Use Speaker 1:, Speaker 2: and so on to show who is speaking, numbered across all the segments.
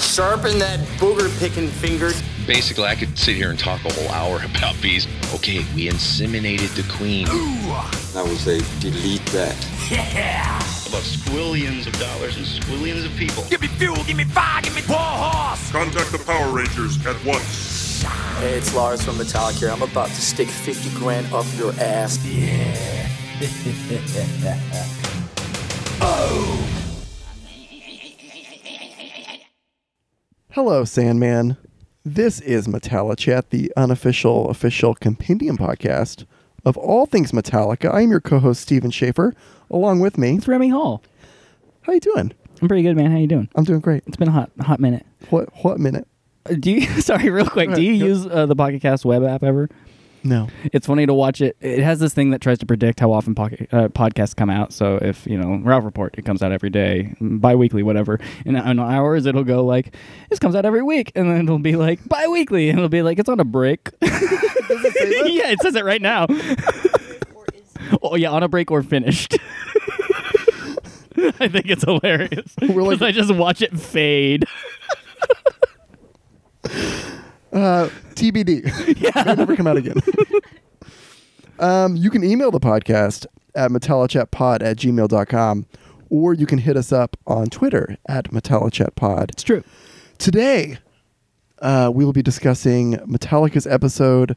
Speaker 1: Sharpen that booger picking finger.
Speaker 2: Basically, I could sit here and talk a whole hour about bees. Okay, we inseminated the queen.
Speaker 3: I would say delete that.
Speaker 4: about squillions of dollars and squillions of people.
Speaker 5: Give me fuel, give me fire, give me war horse.
Speaker 6: Contact the Power Rangers at once.
Speaker 1: Hey, it's Lars from Metallic here. I'm about to stick 50 grand up your ass.
Speaker 7: Hello, Sandman. This is Metallichat, the unofficial, official compendium podcast of all things Metallica. I'm your co-host Steven Schaefer. Along with me,
Speaker 8: It's Remy Hall.
Speaker 7: how you doing?
Speaker 8: I'm pretty good, man. How you doing?
Speaker 7: I'm doing great.
Speaker 8: It's been a hot, hot minute.
Speaker 7: What what minute?
Speaker 8: Uh, Do you? Sorry, real quick. Do you
Speaker 7: Go-
Speaker 8: use uh, the Pocket Cast web app ever?
Speaker 7: No.
Speaker 8: It's funny to watch it. It has this thing that tries to predict how often pocket, uh, podcasts come out. So if you know Ralph Report, it comes out every day, mm, bi-weekly, whatever. And in hours, it'll go like this comes out every week, and then it'll be like bi-weekly, and it'll be like it's on a break. yeah, it says it right now. oh yeah, on a break or finished. I think it's hilarious
Speaker 7: We're like-
Speaker 8: because I just watch it fade.
Speaker 7: Uh, TBD. Yeah. May never come out again. um, you can email the podcast at metallichatpod at gmail.com or you can hit us up on Twitter at metallichatpod.
Speaker 8: It's true.
Speaker 7: Today, uh, we will be discussing Metallica's episode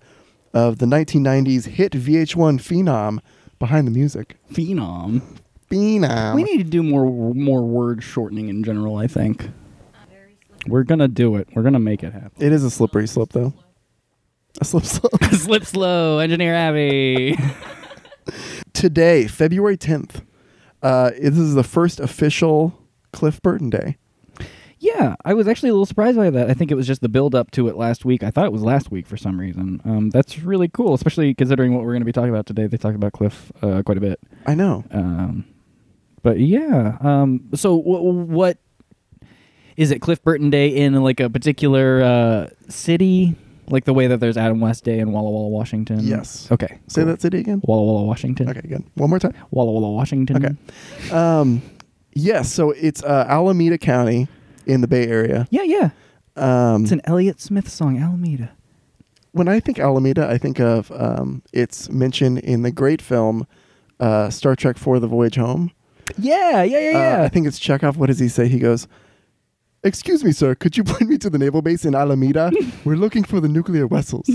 Speaker 7: of the 1990s hit VH1 Phenom Behind the Music.
Speaker 8: Phenom.
Speaker 7: Phenom.
Speaker 8: We need to do more more word shortening in general. I think we're gonna do it. We're gonna make it happen.
Speaker 7: it is a slippery slope, though. A slip slope.
Speaker 8: Slip slow, engineer Abby.
Speaker 7: Today, February 10th, uh, this is the first official Cliff Burton Day.
Speaker 8: yeah, I was actually a little surprised by that. I think it was just the build up to it last week. I thought it was last week for some reason. Um, that's really cool, especially considering what we're gonna be talking about today. They talked about Cliff uh, quite a bit.
Speaker 7: I know.
Speaker 8: Um, but yeah. Um, so w- what is it? Cliff Burton Day in like a particular uh, city, like the way that there's Adam West Day in Walla Walla, Washington.
Speaker 7: Yes.
Speaker 8: Okay.
Speaker 7: Say
Speaker 8: cool.
Speaker 7: that city again.
Speaker 8: Walla Walla, Washington.
Speaker 7: Okay, good. One more time.
Speaker 8: Walla Walla, Washington.
Speaker 7: Okay. Yes, so it's uh, Alameda County in the Bay Area.
Speaker 8: Yeah, yeah.
Speaker 7: Um,
Speaker 8: It's an Elliott Smith song, Alameda.
Speaker 7: when I think Alameda, I think of um, its mention in the great film uh, Star Trek for The Voyage Home.
Speaker 8: Yeah, yeah, yeah,
Speaker 7: Uh, I think it's Chekhov. What does he say? He goes, Excuse me, sir, could you point me to the naval base in Alameda? We're looking for the nuclear vessels.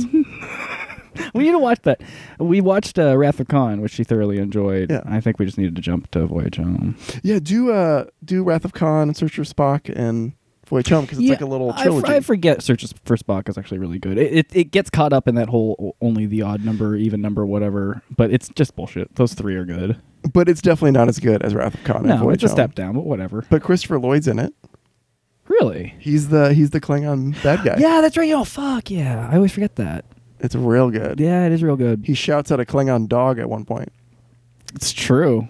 Speaker 8: we need to watch that. We watched uh, Wrath of Khan, which she thoroughly enjoyed.
Speaker 7: Yeah.
Speaker 8: I think we just needed to jump to Voyage Home.
Speaker 7: yeah, do uh, do Wrath of Khan and Search for Spock and Voyage Home because it's like a little
Speaker 8: I f-
Speaker 7: trilogy.
Speaker 8: I, forget Search is- for Spock is actually really good. It, it it gets caught up in that whole o- only the odd number, even number, whatever. But it's just bullshit. Those three are good.
Speaker 7: but it's definitely not as good as Wrath of Khan and
Speaker 8: No,
Speaker 7: Voyage
Speaker 8: it's a
Speaker 7: Home.
Speaker 8: step down, but whatever.
Speaker 7: But Christopher Lloyd's in it.
Speaker 8: Really?
Speaker 7: He's the he's the Klingon bad guy.
Speaker 8: Yeah, that's right. Oh fuck yeah! I always forget that.
Speaker 7: It's real good.
Speaker 8: Yeah, it is real good.
Speaker 7: He shouts at a Klingon dog at one point.
Speaker 8: It's true.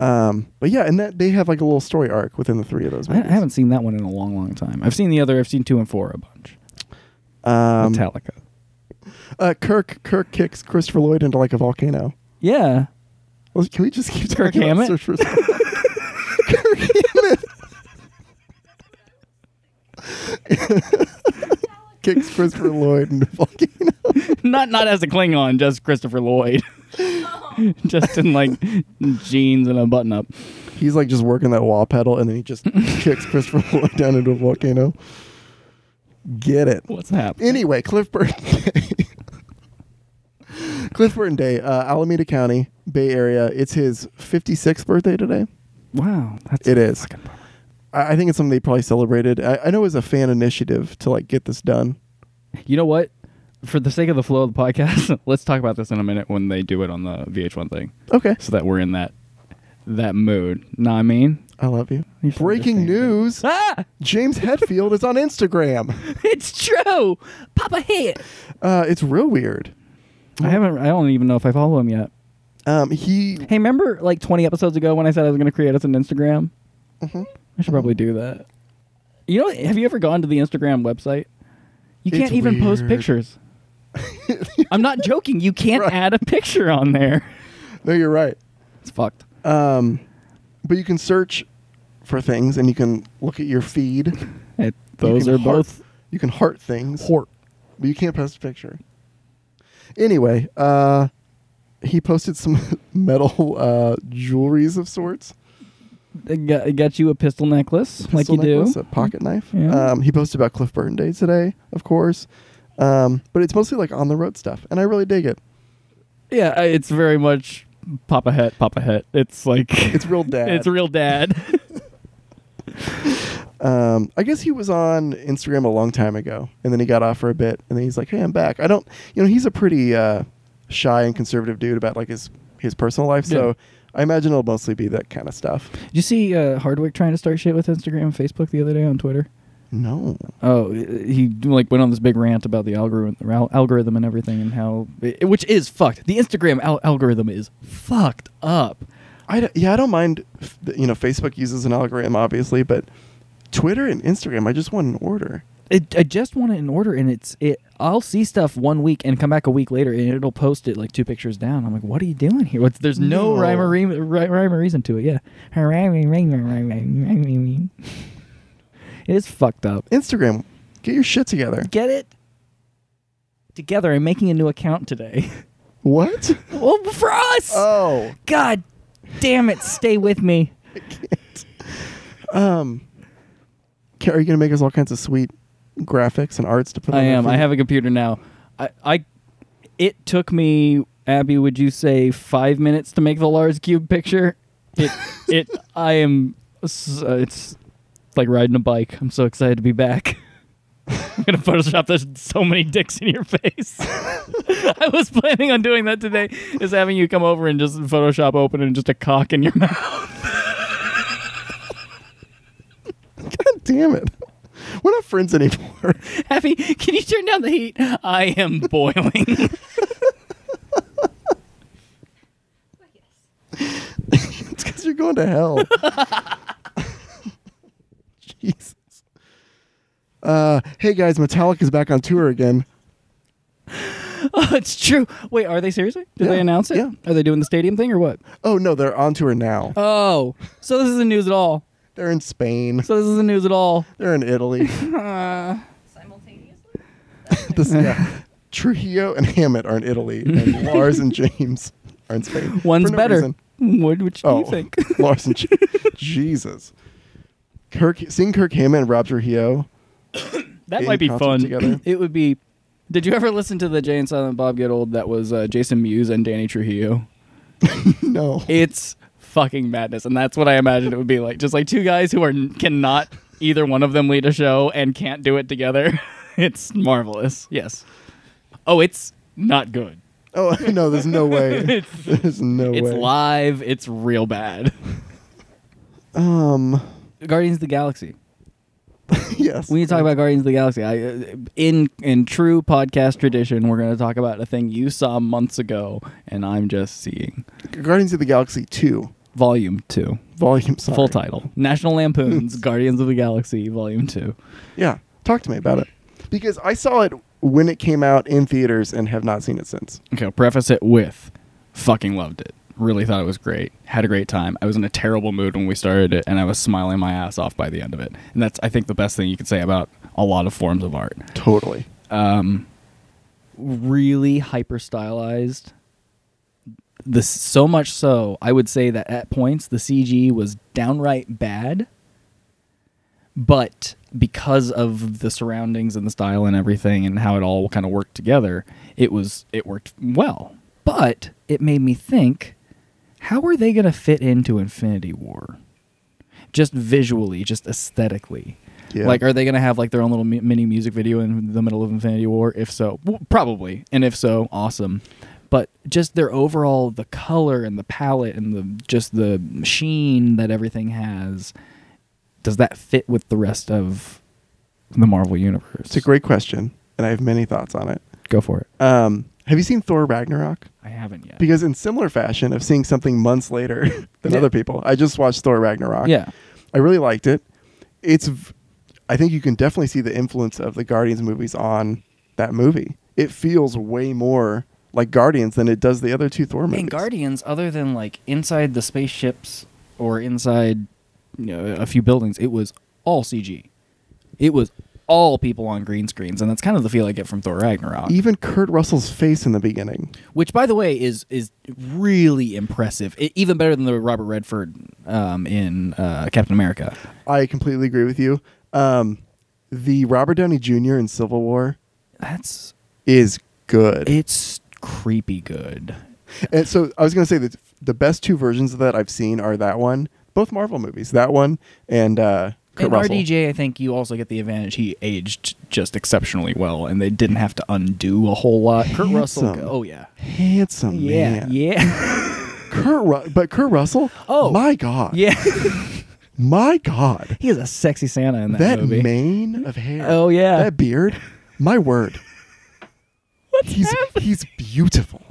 Speaker 7: Um, but yeah, and that they have like a little story arc within the three of those
Speaker 8: I, I
Speaker 7: movies.
Speaker 8: haven't seen that one in a long, long time. I've seen the other. I've seen two and four a bunch.
Speaker 7: Um,
Speaker 8: Metallica.
Speaker 7: uh, Kirk Kirk kicks Christopher Lloyd into like a volcano.
Speaker 8: Yeah.
Speaker 7: Well, can we just keep
Speaker 8: Kirk
Speaker 7: talking about
Speaker 8: Hammett?
Speaker 7: Search for Spock? Kirk Hammett kicks Christopher Lloyd into a volcano.
Speaker 8: not not as a Klingon, just Christopher Lloyd. just in like jeans and a button up.
Speaker 7: He's like just working that wall pedal, and then he just kicks Christopher Lloyd down into a volcano. Get it?
Speaker 8: What's happening?
Speaker 7: Anyway, Cliff Burton Day. Cliff Burton Day, uh, Alameda County, Bay Area. It's his 56th birthday today.
Speaker 8: Wow, that's
Speaker 7: It is.
Speaker 8: fucking bummer.
Speaker 7: I, I think it's something they probably celebrated. I, I know it was a fan initiative to like get this done.
Speaker 8: You know what? For the sake of the flow of the podcast, let's talk about this in a minute when they do it on the VH1 thing,
Speaker 7: Okay.
Speaker 8: so that we're in that that mood. Know what I mean?
Speaker 7: I love you.
Speaker 8: You're so
Speaker 7: Breaking
Speaker 8: understanding.
Speaker 7: news
Speaker 8: Ah,
Speaker 7: James Hetfield is on Instagram.
Speaker 8: it's true. Papa hit.
Speaker 7: Uh, it's real weird.
Speaker 8: I haven't. I don't even know if I follow him yet.
Speaker 7: Um, he,
Speaker 8: Hey, remember like 20 episodes ago when I said I was going to create us an Instagram?
Speaker 7: Mm-hmm.
Speaker 8: I should probably do that. You know, have you ever gone to the Instagram website? You
Speaker 7: It's
Speaker 8: can't even post
Speaker 7: weird.
Speaker 8: pictures. I'm not joking. You can't
Speaker 7: Right.
Speaker 8: add a picture on there.
Speaker 7: no, you're right.
Speaker 8: It's fucked.
Speaker 7: Um, but you can search for things and you can look at your feed.
Speaker 8: It, Those
Speaker 7: can
Speaker 8: are
Speaker 7: heart-
Speaker 8: both
Speaker 7: You can heart things,
Speaker 8: port.
Speaker 7: but you can't post a picture. Anyway, uh, he posted some metal uh, jewelries of sorts.
Speaker 8: It got, it got you a pistol necklace, like
Speaker 7: pistol
Speaker 8: you
Speaker 7: necklace,
Speaker 8: do.
Speaker 7: a pocket knife.
Speaker 8: Yeah.
Speaker 7: Um, he posted about Cliff Burton Day today, of course, um, but it's mostly like on the road stuff, and I really dig it.
Speaker 8: Yeah, I- it's very much pop a hat, pop a hat. It's like
Speaker 7: It's real dad.
Speaker 8: it's real dad.
Speaker 7: Um, I guess he was on Instagram a long time ago, and then he got off for a bit, and then he's like, "Hey, I'm back." I don't, you know, he's a pretty uh, shy and conservative dude about like his his personal life,
Speaker 8: Yeah.
Speaker 7: so I imagine it'll mostly be that kind of stuff.
Speaker 8: Did you see uh, Hardwick trying to start shit with Instagram and Facebook the other day on Twitter?
Speaker 7: No,
Speaker 8: Oh, he like went on this big rant about the algorithm, algorithm and everything, and how which is fucked. The Instagram al- algorithm is fucked up.
Speaker 7: I don't- yeah, I don't mind. f- that, You know, Facebook uses an algorithm, obviously, but Twitter and Instagram, I just want an order.
Speaker 8: It, I just want it in order, and it's it. I'll see stuff one week and come back a week later, and it'll post it like two pictures down. I'm like, what are you doing here? What's, there's no,
Speaker 7: No.
Speaker 8: rhyme or ream, ri- rhyme or reason to it. Yeah, it is fucked up.
Speaker 7: Instagram, get your shit together.
Speaker 8: Get it together. I'm making a new account today.
Speaker 7: What?
Speaker 8: well, for us.
Speaker 7: Oh,
Speaker 8: God damn it, stay with me.
Speaker 7: Ca- are you gonna make us all kinds of sweet graphics and arts to put?
Speaker 8: I
Speaker 7: on our
Speaker 8: am. I
Speaker 7: feed?
Speaker 8: have a computer now. I, I it took me, Abby, would you say five minutes to make the Lars Cube picture? It it I am s- uh, it's like riding a bike. I'm so excited to be back. I'm gonna Photoshop there's so many dicks in your face. I was planning on doing that today, is having you come over and just Photoshop open and just a cock in your mouth.
Speaker 7: God damn it. We're not friends anymore.
Speaker 8: Abby, can you turn down the heat? I am boiling.
Speaker 7: It's because you're going to hell. Jesus. Uh, hey guys, Metallica's back on tour again.
Speaker 8: Oh, it's true. Wait, are they seriously? Did
Speaker 7: Yeah,
Speaker 8: they announce it?
Speaker 7: yeah.
Speaker 8: Are they doing the stadium thing or what?
Speaker 7: Oh no, they're on tour now.
Speaker 8: Oh, so this isn't news at all.
Speaker 7: They're in Spain.
Speaker 8: So this isn't news at all.
Speaker 7: They're in Italy.
Speaker 9: Simultaneously?
Speaker 7: This, yeah. Trujillo and Hammett are in Italy, and Lars and James are in Spain.
Speaker 8: One's
Speaker 7: For no
Speaker 8: better. Hmm,
Speaker 7: reason.
Speaker 8: What which do
Speaker 7: Oh,
Speaker 8: you think?
Speaker 7: Lars and James. Jesus. Kirk, seeing Kirk Hammett and Rob Trujillo.
Speaker 8: That
Speaker 7: In
Speaker 8: might be
Speaker 7: concert
Speaker 8: fun.
Speaker 7: together.
Speaker 8: It would be. Did you ever listen to the Jay and Silent Bob Get Old? That was uh, Jason Mewes and Danny Trujillo.
Speaker 7: No.
Speaker 8: It's fucking madness, and that's what I imagined it would be like. Just like two guys who are cannot either one of them lead a show and can't do it together. it's marvelous. Yes. Oh, it's not good.
Speaker 7: Oh no, there's no way. There's no
Speaker 8: It's
Speaker 7: way.
Speaker 8: live. It's real bad.
Speaker 7: Um.
Speaker 8: Guardians of the Galaxy.
Speaker 7: Yes.
Speaker 8: We need to talk about Guardians of the Galaxy. I, uh, in in true podcast tradition, we're going to talk about a thing you saw months ago, and I'm just seeing
Speaker 7: Guardians of the Galaxy 2,
Speaker 8: Volume Two,
Speaker 7: volume sorry.
Speaker 8: full title: National Lampoon's Guardians of the Galaxy Volume Two.
Speaker 7: Yeah. Talk to me about it. Because I saw it when it came out in theaters and have not seen it since.
Speaker 8: Okay, I'll preface it with fucking loved it. Really thought it was great. Had a great time. I was in a terrible mood when we started it, and I was smiling my ass off by the end of it. And that's, I think, the best thing you could say about a lot of forms of art.
Speaker 7: Totally.
Speaker 8: really hyper stylized. The so much so, I would say that at points the CG was downright bad. But because of the surroundings and the style and everything and how it all kind of worked together, it was it worked well. But it made me think, how are they going to fit into Infinity War? Just visually, just aesthetically.
Speaker 7: Yeah.
Speaker 8: Like, are they going to have like their own little mi- mini music video in the middle of Infinity War? If so, w- probably. And if so, awesome. But just their overall, the color and the palette and the just the sheen that everything has, does that fit with the rest of the Marvel universe?
Speaker 7: It's a great question, and I have many thoughts on it.
Speaker 8: Go for it.
Speaker 7: Um, have you seen Thor Ragnarok?
Speaker 8: I haven't yet.
Speaker 7: Because in similar fashion of seeing something months later than
Speaker 8: Yeah.
Speaker 7: other people, I just watched Thor Ragnarok.
Speaker 8: Yeah.
Speaker 7: I really liked it. It's, v- I think you can definitely see the influence of the Guardians movies on that movie. It feels way more like Guardians than it does the other two Thor movies.
Speaker 8: And Guardians, other than like inside the spaceships or inside you know, a few buildings, it was all CG. It was all people on green screens, and that's kind of the feel I get from Thor Ragnarok.
Speaker 7: Even Kurt Russell's face in the beginning.
Speaker 8: which by the way is is really impressive I even better than the robert redford um, in uh, captain america
Speaker 7: I completely agree with you. Um, the Robert Downey Jr. in Civil War
Speaker 8: that's
Speaker 7: is good.
Speaker 8: it's creepy good
Speaker 7: And so I was going to say that the best two versions of that I've seen are that one, both Marvel movies, that one and uh, Kurt
Speaker 8: and
Speaker 7: Russell.
Speaker 8: rdj i think you also get the advantage he aged just exceptionally well and they didn't have to undo a whole lot kurt russell
Speaker 7: Handsome.
Speaker 8: oh yeah
Speaker 7: Handsome man.
Speaker 8: yeah
Speaker 7: Kurt Ru- but Kurt Russell?
Speaker 8: Oh.
Speaker 7: my god.
Speaker 8: yeah
Speaker 7: My god.
Speaker 8: he is a sexy santa in that,
Speaker 7: That
Speaker 8: movie
Speaker 7: mane of hair.
Speaker 8: Oh, yeah.
Speaker 7: That beard. My word. he's he's beautiful.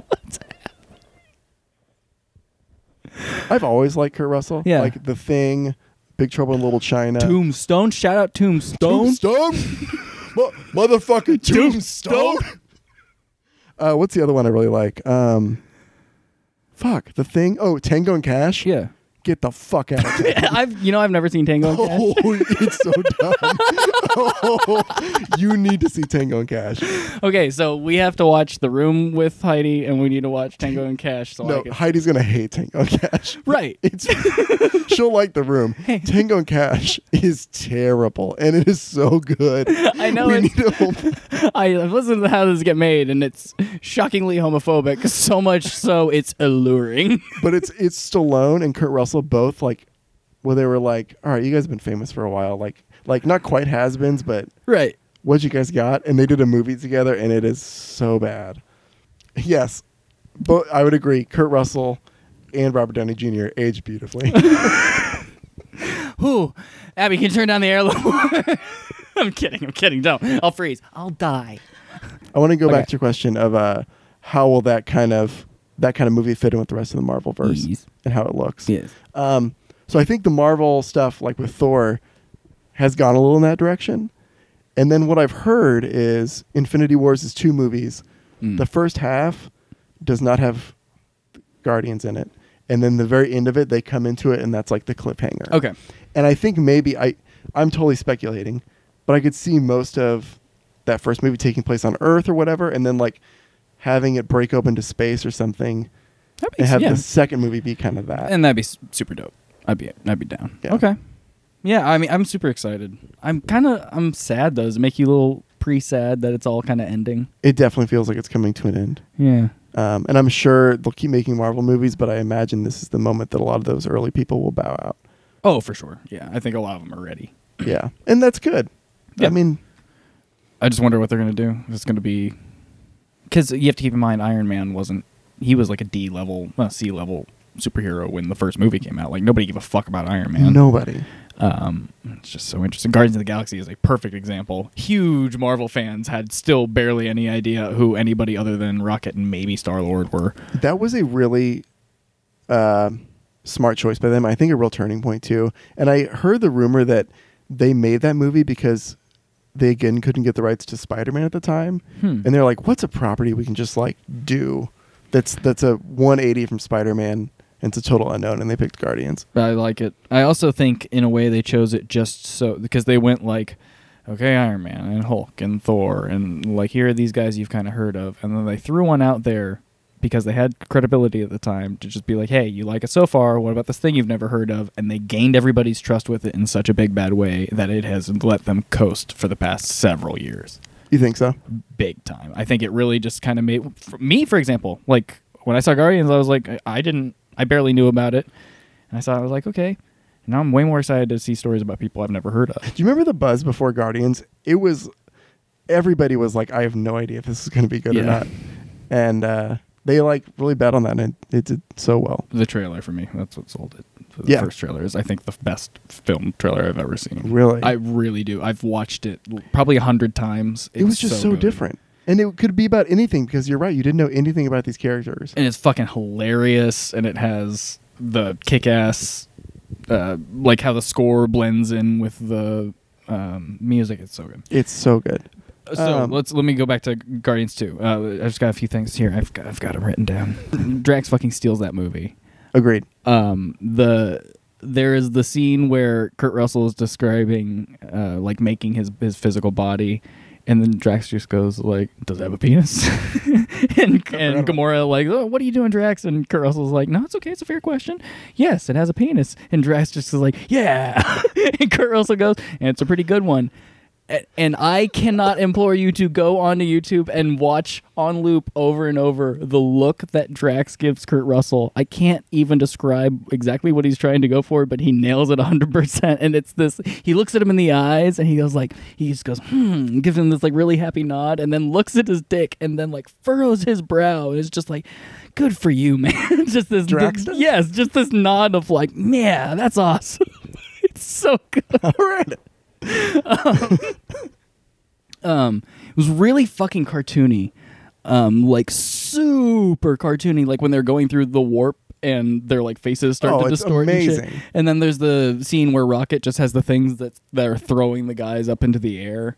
Speaker 7: I've always liked Kurt Russell.
Speaker 8: Yeah.
Speaker 7: Like The Thing, Big Trouble in Little China.
Speaker 8: tombstone shout out tombstone
Speaker 7: Tombstone? Mo- motherfucking
Speaker 8: Tombstone?
Speaker 7: uh, what's the other one I really like? Um, fuck, the thing. Oh, Tango and Cash.
Speaker 8: yeah
Speaker 7: Get the fuck out of here.
Speaker 8: i've you know i've never seen tango and Cash.
Speaker 7: Oh, it's so dumb. oh, you need to see Tango and Cash.
Speaker 8: Okay, so we have to watch The Room with Heidi, and we need to watch Tango and Cash. So I
Speaker 7: No,
Speaker 8: can...
Speaker 7: Heidi's gonna hate Tango and Cash.
Speaker 8: right.
Speaker 7: It's she'll like the room. Tango and Cash is terrible, and it is so good.
Speaker 8: I know
Speaker 7: We
Speaker 8: it's-
Speaker 7: need to-
Speaker 8: I, I've listened to how this get made, and it's shockingly homophobic. So much so it's alluring.
Speaker 7: but it's it's Stallone and Kurt Russell both like well they were like all right you guys have been famous for a while like like not quite has-beens but
Speaker 8: right.
Speaker 7: what you guys got and they did a movie together and it is so bad yes but I would agree Kurt Russell and Robert Downey Jr. aged beautifully
Speaker 8: Whew. Abby, can you turn down the air a little more? I'm kidding. I'm kidding. Don't. I'll freeze. I'll die.
Speaker 7: I want to go
Speaker 8: Okay.
Speaker 7: back to your question of uh how will that kind of that kind of movie fit in with the rest of the Marvel verse
Speaker 8: Yes.
Speaker 7: and how it looks Um, so I think the Marvel stuff, like with Thor, has gone a little in that direction. And then what I've heard is Infinity Wars is two movies.
Speaker 8: Mm.
Speaker 7: The first half does not have Guardians in it, and then the very end of it, they come into it, and that's like the cliffhanger.
Speaker 8: Okay.
Speaker 7: And I think maybe I, I'm totally speculating, but I could see most of that first movie taking place on Earth or whatever, and then like having it break open to space or something,
Speaker 8: That
Speaker 7: and
Speaker 8: makes
Speaker 7: have
Speaker 8: yeah.
Speaker 7: the second movie be kind of that.
Speaker 8: and that'd be s- super dope. I'd be I'd be down.
Speaker 7: Yeah.
Speaker 8: Okay. Yeah, I mean, I'm super excited. I'm kind of I'm sad though. Does it make you a little pre-sad that it's all kind of ending?
Speaker 7: it definitely feels like it's coming to an end.
Speaker 8: Yeah.
Speaker 7: Um, and I'm sure they'll keep making Marvel movies, but I imagine this is the moment that a lot of those early people will bow out.
Speaker 8: Oh, for sure. Yeah, I think a lot of them are ready.
Speaker 7: Yeah, and that's good.
Speaker 8: Yeah.
Speaker 7: I mean,
Speaker 8: I just wonder what they're gonna do. If It's gonna be because you have to keep in mind Iron Man wasn't he was like a D level, well, C level superhero when the first movie came out. Like nobody gave a fuck about Iron Man.
Speaker 7: nobody.
Speaker 8: Um, it's just so interesting. Guardians of the Galaxy is a perfect example. Huge Marvel fans had still barely any idea who anybody other than Rocket and maybe Star Lord were.
Speaker 7: That was a really uh, smart choice by them. I think a real turning point too. And I heard the rumor that they made that movie because they again couldn't get the rights to Spider-Man at the time, and they're like, "What's a property we can just like do that's that's a 180 from Spider-Man and it's a total unknown?" And they picked Guardians.
Speaker 8: But I like it. I also think in a way they chose it just so because they went like, okay, Iron Man and Hulk and Thor and like here are these guys you've kind of heard of, and then they threw one out there because they had credibility at the time to just be like, hey, you like it so far. What about this thing you've never heard of? And they gained everybody's trust with it in such a big bad way that it has let them coast for the past several years
Speaker 7: You think so?
Speaker 8: big time. I think it really just kind of made for me, for example, like when I saw Guardians, I was like, I- I didn't, I barely knew about it, and I saw, it, I was like, okay. And Now I'm way more excited to see stories about people I've never heard of.
Speaker 7: Do you remember the buzz before Guardians? It was everybody was like, I have no idea if this is going to be good
Speaker 8: Yeah.
Speaker 7: or not, and uh, they like really bet on that, and it did so well.
Speaker 8: The trailer for me, that's what sold it. The
Speaker 7: Yeah.
Speaker 8: first trailer is, I think, the best film trailer I've ever seen.
Speaker 7: Really?
Speaker 8: I really do. I've watched it l- probably a hundred times.
Speaker 7: it was
Speaker 8: It's
Speaker 7: just so,
Speaker 8: good.
Speaker 7: different, and it could be about anything because you're right, you didn't know anything about these characters.
Speaker 8: and it's fucking hilarious and it has the kick-ass uh, like how the score blends in with the um, music it's so good
Speaker 7: It's so good.
Speaker 8: so
Speaker 7: Um,
Speaker 8: let's let me go back to guardians 2 uh, i just got a few things here i've got, I've got them written down drax fucking steals that movie
Speaker 7: Agreed.
Speaker 8: um, the there is the scene where Kurt Russell is describing, uh, like making his his physical body, and then Drax just goes like, "Does it have a penis?" and and Gamora like, "Oh, what are you doing, Drax?" And Kurt Russell's like, "No, it's okay. It's a fair question. Yes, it has a penis." And Drax just is like, "Yeah," and Kurt Russell goes, "And it's a pretty good one." A- And I cannot implore you to go onto YouTube and watch on loop over and over the look that Drax gives Kurt Russell. I can't even describe exactly what he's trying to go for, but he nails it 100%. And it's this he looks at him in the eyes and he goes, like, he just goes, hmm, gives him this, like, really happy nod, and then looks at his dick and then, like, furrows his brow. And it's just like, good for you, man. just this,
Speaker 7: Drax does?
Speaker 8: yes, just this nod of, like, yeah, that's awesome. it's so good. Um,
Speaker 7: All right.
Speaker 8: It was really fucking cartoony. Um, like super cartoony, like when they're going through the warp and their like faces start
Speaker 7: Oh,
Speaker 8: to
Speaker 7: it's
Speaker 8: distort and shit.
Speaker 7: amazing.
Speaker 8: And then there's the scene where Rocket just has the things that that are throwing the guys up into the air.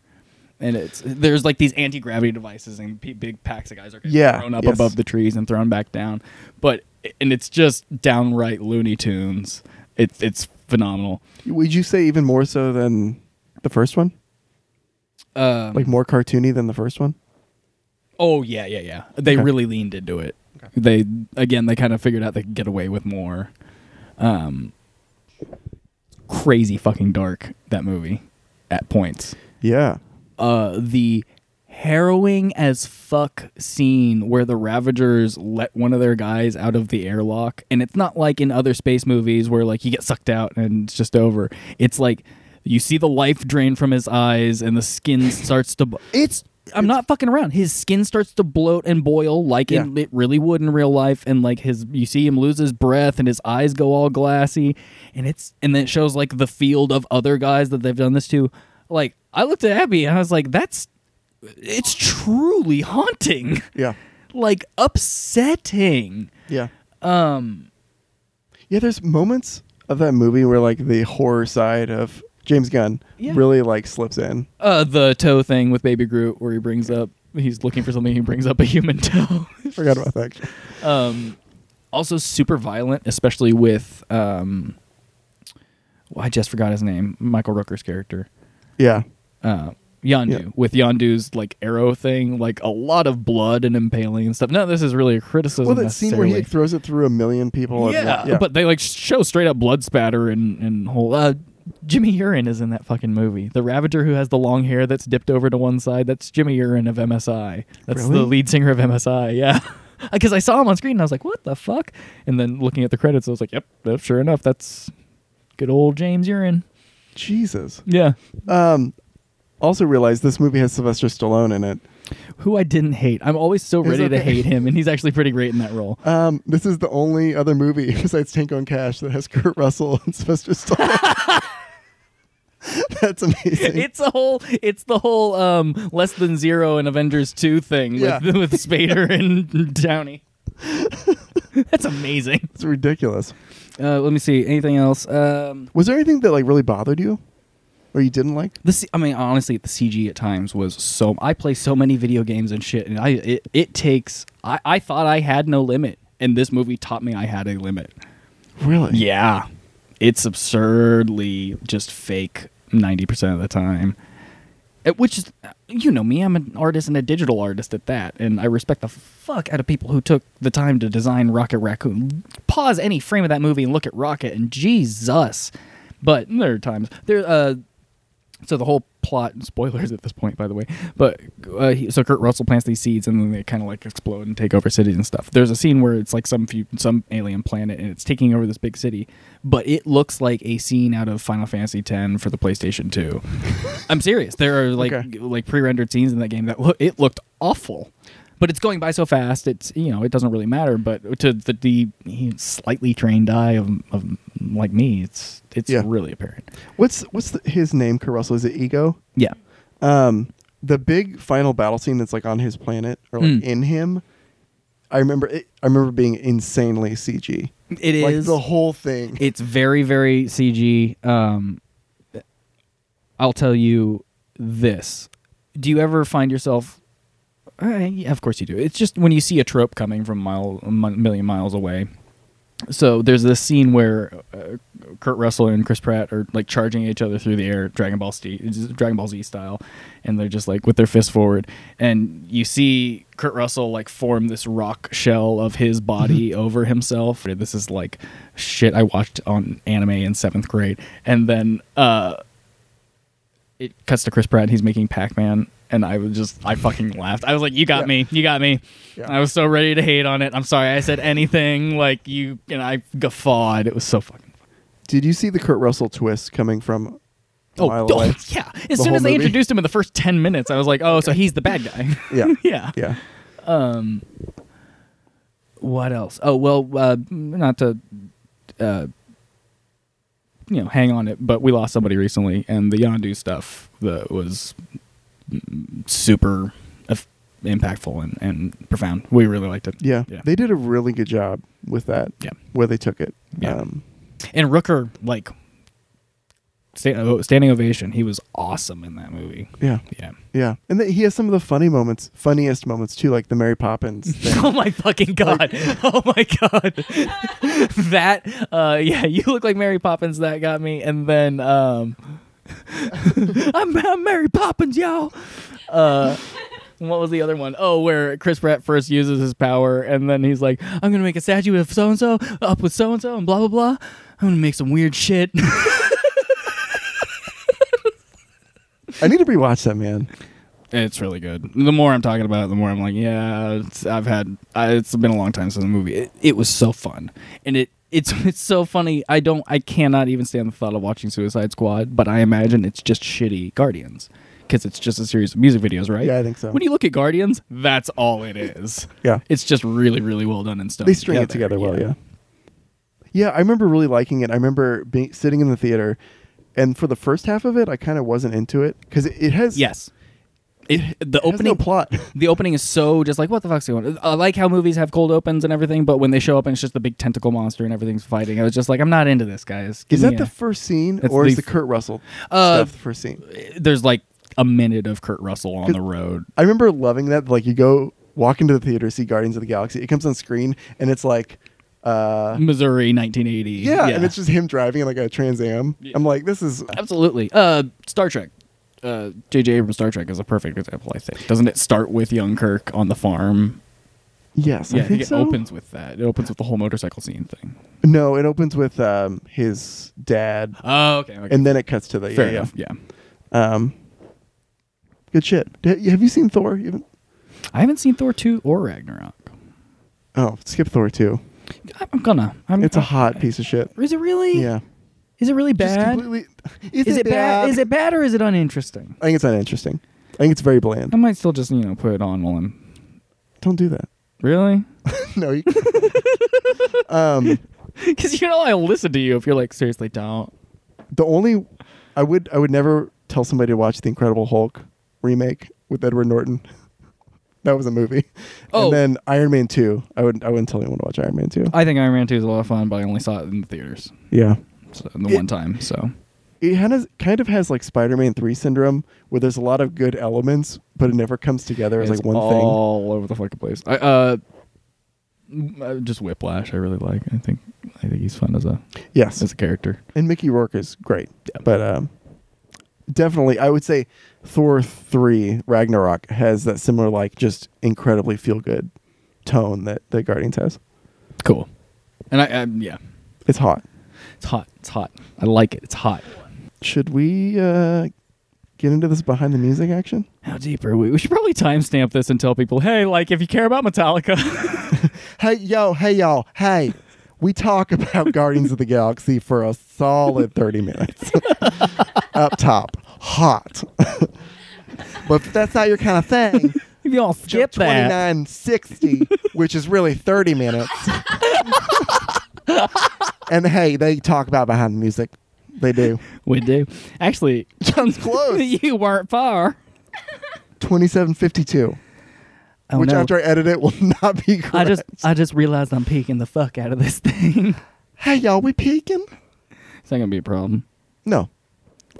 Speaker 8: And it's there's like these anti gravity devices and p- big packs of guys are getting
Speaker 7: Yeah,
Speaker 8: thrown up
Speaker 7: yes.
Speaker 8: above the trees and thrown back down. But and it's just downright Looney Tunes. It's it's phenomenal.
Speaker 7: Would you say even more so than the first one?
Speaker 8: Um,
Speaker 7: Like more cartoony than the first one?
Speaker 8: Oh yeah, yeah, yeah. They really leaned into it. They again, they kind of figured out they could get away with more. Um, crazy fucking dark that movie at points.
Speaker 7: Yeah.
Speaker 8: Uh, the harrowing as fuck scene where the Ravagers let one of their guys out of the airlock, and it's not like in other space movies where like you get sucked out and it's just over. It's like you see the life drain from his eyes and the skin starts to. bo- It's I'm not fucking around. His skin starts to bloat and boil like it,
Speaker 7: Yeah.
Speaker 8: it really would in real life, and like his, you see him lose his breath, and his eyes go all glassy, and it's, and then it shows like the field of other guys that they've done this to. Like I looked at Abby and I was like, that's, it's truly haunting,
Speaker 7: Yeah.
Speaker 8: like upsetting.
Speaker 7: Yeah. Um Yeah, there's moments of that movie where like the horror side of James Gunn
Speaker 8: Yeah.
Speaker 7: really like slips in.
Speaker 8: Uh, the toe thing with Baby Groot, where he brings up, he's looking for something, he brings up a human toe.
Speaker 7: Forgot about that.
Speaker 8: also super violent, especially with um, well, I just forgot his name, Michael Rooker's character,
Speaker 7: Yeah.
Speaker 8: uh, Yondu,
Speaker 7: Yeah.
Speaker 8: with Yondu's like arrow thing, like a lot of blood and impaling and stuff. No, this is really a criticism.
Speaker 7: Well, that scene where he like,
Speaker 8: necessarily.
Speaker 7: throws it through a million people. at
Speaker 8: yeah,
Speaker 7: once.
Speaker 8: but they like show straight up blood spatter and and whole. Uh, Jimmy Urine is in that fucking movie. The Ravager who has the long hair that's dipped over to one side, that's Jimmy Urine of MSI. That's the
Speaker 7: Really?
Speaker 8: lead singer of MSI, yeah. Because I saw him on screen and I was like, what the fuck? And then looking at the credits, I was like, yep, yep, sure enough, that's good old James Urine.
Speaker 7: Jesus.
Speaker 8: Yeah.
Speaker 7: Also realized this movie has Sylvester Stallone in it.
Speaker 8: Who I didn't hate. I'm always so ready to
Speaker 7: okay.
Speaker 8: hate him, and he's actually pretty great in that role.
Speaker 7: Um, this is the only other movie besides Tango and Cash that has Kurt Russell and Sylvester Stallone. That's amazing.
Speaker 8: it's a whole it's the whole um less than zero and avengers 2 thing
Speaker 7: Yeah.
Speaker 8: with, with spader and downey that's amazing
Speaker 7: It's ridiculous.
Speaker 8: uh, let me see anything else um
Speaker 7: Was there anything that like really bothered you, or you didn't like?
Speaker 8: the C- I mean, honestly, the CG at times was so. I play so many video games and shit, and I it, it takes. I, I thought I had no limit, and this movie taught me I had a limit.
Speaker 7: Really?
Speaker 8: Yeah, it's absurdly just fake ninety percent of the time. At Which is, you know me, I'm an artist and a digital artist at that, and I respect the fuck out of people who took the time to design Rocket Raccoon. Pause any frame of that movie and look at Rocket, and Jesus. But there are times there. Uh, so the whole plot spoilers at this point by the way but uh, he, so kurt russell plants these seeds and then they kind of like explode and take over cities and stuff there's a scene where it's like some few, some alien planet and it's taking over this big city but it looks like a scene out of final fantasy x for the playstation 2 i'm serious there are like
Speaker 7: Okay.
Speaker 8: like pre-rendered scenes in that game that look it looked awful but it's going by so fast it's you know it doesn't really matter but to the, the slightly trained eye of, of like me it's it's
Speaker 7: Yeah.
Speaker 8: really apparent
Speaker 7: What's what's the, his name? Kurt Russell is it Ego?
Speaker 8: yeah
Speaker 7: Um, the big final battle scene that's like on his planet or like
Speaker 8: Mm.
Speaker 7: in him. I remember it. I remember being insanely CG.
Speaker 8: it is
Speaker 7: like the whole thing.
Speaker 8: it's very very cg um i'll tell you this do you ever find yourself uh, yeah, of course you do it's just when you see a trope coming from mile a mon- million miles away so there's this scene where uh, Kurt Russell and Chris Pratt are like charging each other through the air, Dragon Ball St- Dragon Ball Z style, and they're just like with their fists forward, and you see Kurt Russell like form this rock shell of his body over himself. This is like shit I watched on anime in seventh grade, and then uh, it cuts to Chris Pratt. and He's making Pac Man, and I was just I fucking laughed. I was like, "You got me, you got me."
Speaker 7: Yeah.
Speaker 8: I was so ready to hate on it. I'm sorry I said anything. Like you and I guffawed. It was so fucking.
Speaker 7: Did you see the Kurt Russell twist coming from a mile away?
Speaker 8: Oh, yeah. As
Speaker 7: The
Speaker 8: soon
Speaker 7: whole
Speaker 8: as they
Speaker 7: movie?
Speaker 8: introduced him in the first ten minutes, I was like, "Oh, so he's the bad guy."
Speaker 7: Yeah.
Speaker 8: yeah.
Speaker 7: Yeah.
Speaker 8: What else? Oh well, uh, not to. Uh, you know, hang on it, but we lost somebody recently, and the Yondu stuff that was mm, super eff- impactful and, and profound. We really liked it.
Speaker 7: Yeah.
Speaker 8: yeah.
Speaker 7: They did a really good job with that.
Speaker 8: Yeah.
Speaker 7: Where they took it.
Speaker 8: Yeah.
Speaker 7: Um,
Speaker 8: And Rooker, like sta- oh, standing ovation, he was awesome in that movie.
Speaker 7: yeah.
Speaker 8: Yeah.
Speaker 7: Yeah. And th- he has some of the funny moments, funniest moments too, like the Mary Poppins thing.
Speaker 8: Oh my fucking god! Oh my god! that uh, yeah, you look like Mary Poppins. That got me. And then um, I'm, I'm Mary Poppins, y'all. Uh, what was the other one? Oh, where Chris Pratt first uses his power, and then he's like, "I'm gonna make a statue of so and so, up with so and so, and blah blah blah. I'm gonna make some weird shit."
Speaker 7: I need to rewatch that, man.
Speaker 8: It's really good. The more I'm talking about it, the more I'm like, yeah, it's, I've had. I, it's been a long time since the movie. It, it was so fun, and it it's it's so funny. I don't. I cannot even stand the thought of watching Suicide Squad, but I imagine it's just shitty Guardians because it's just a series of music videos, right?
Speaker 7: Yeah, I think so.
Speaker 8: When you look at Guardians, that's all it is.
Speaker 7: Yeah.
Speaker 8: it's just really, really well done and stuff.
Speaker 7: They string it together well, yeah. Yeah, I remember really liking it. I remember being sitting in the theater, and for the first half of it, I kind of wasn't into it because it, it has
Speaker 8: Yes. It, the
Speaker 7: it has no
Speaker 8: opening
Speaker 7: plot.
Speaker 8: the opening is so just like what the fuck's going on. I like how movies have cold opens and everything, but when they show up and it's just the big tentacle monster and everything's fighting, I was just like, I'm not into this, guys. Give
Speaker 7: Is that
Speaker 8: me
Speaker 7: the
Speaker 8: a-
Speaker 7: first scene,
Speaker 8: That's
Speaker 7: or is
Speaker 8: the
Speaker 7: the
Speaker 8: f-
Speaker 7: Kurt Russell
Speaker 8: Uh,
Speaker 7: stuff the first scene?
Speaker 8: There's like a minute of Kurt Russell on the road.
Speaker 7: I remember loving that. Like you go walk into the theater, see Guardians of the Galaxy. It comes on screen, and it's like, uh,
Speaker 8: Missouri, 1980.
Speaker 7: yeah, and it's just him driving in like a Trans Am. I'm like, this is
Speaker 8: absolutely. Uh, Star Trek. Uh, J.J. Abrams' Star Trek is a perfect example, I think. Doesn't it start with young Kirk on the farm?
Speaker 7: yes,
Speaker 8: Yeah,
Speaker 7: I think
Speaker 8: it
Speaker 7: so.
Speaker 8: opens with that. It opens with the whole motorcycle scene thing.
Speaker 7: No, it opens with um, his dad,
Speaker 8: Oh, okay. okay.
Speaker 7: and then it cuts to the
Speaker 8: Fair
Speaker 7: yeah, yeah.
Speaker 8: enough. Yeah.
Speaker 7: Um, good shit. D- Have you seen Thor? You haven't?
Speaker 8: I haven't seen Thor 2 or Ragnarok.
Speaker 7: Oh, skip Thor too.
Speaker 8: I'm gonna. I'm,
Speaker 7: It's a hot piece of shit.
Speaker 8: Is it really?
Speaker 7: Yeah.
Speaker 8: Is it really
Speaker 7: Just
Speaker 8: bad?
Speaker 7: completely.
Speaker 8: Is it bad? Is it bad or is it uninteresting?
Speaker 7: I think it's uninteresting. I think it's very bland.
Speaker 8: I might still just you know put it on while I'm.
Speaker 7: Don't do that.
Speaker 8: Really?
Speaker 7: No. You, um,
Speaker 8: Because you know I'll listen to you if you're like seriously don't.
Speaker 7: the only I would I would never tell somebody to watch the Incredible Hulk remake with Edward Norton. That was a movie.
Speaker 8: Oh.
Speaker 7: And then Iron Man two. I would I wouldn't tell anyone to watch Iron Man two.
Speaker 8: I think Iron Man Two is a lot of fun, but I only saw it in the theaters
Speaker 7: yeah.
Speaker 8: so, the
Speaker 7: It-
Speaker 8: one time. So
Speaker 7: it kind of kind of has like Spider-Man Three syndrome, where there's a lot of good elements, but it never comes together as
Speaker 8: It's
Speaker 7: like one thing.
Speaker 8: all over the fucking place. I uh, m- uh, just Whiplash. I really like. I think I think he's fun as a
Speaker 7: Yes,
Speaker 8: as a character.
Speaker 7: and Mickey Rourke is great, but um, definitely I would say Thor Three Ragnarok has that similar like just incredibly feel good tone that that Guardians has.
Speaker 8: Cool. And I, I yeah,
Speaker 7: It's hot.
Speaker 8: it's hot. It's hot. I like it. It's hot.
Speaker 7: Should we uh, get into this behind the music action?
Speaker 8: How deep are we? We should probably timestamp this and tell people, hey, like if you care about Metallica.
Speaker 7: Hey yo, hey y'all, hey. We talk about Guardians of the Galaxy for a solid 30 minutes. Up top, hot. but if that's not your kind of thing,
Speaker 8: If y'all
Speaker 7: jump
Speaker 8: skip that,
Speaker 7: 2960, which is really 30 minutes. and hey, they talk about behind the music. They do.
Speaker 8: we do. Actually,
Speaker 7: Sounds close.
Speaker 8: you weren't far.
Speaker 7: 2752,
Speaker 8: Oh,
Speaker 7: which
Speaker 8: no.
Speaker 7: after I edit it will not be correct.
Speaker 8: I just I just realized I'm peeking the fuck out of this thing.
Speaker 7: hey y'all, we peeking?
Speaker 8: it's not gonna be a problem.
Speaker 7: No.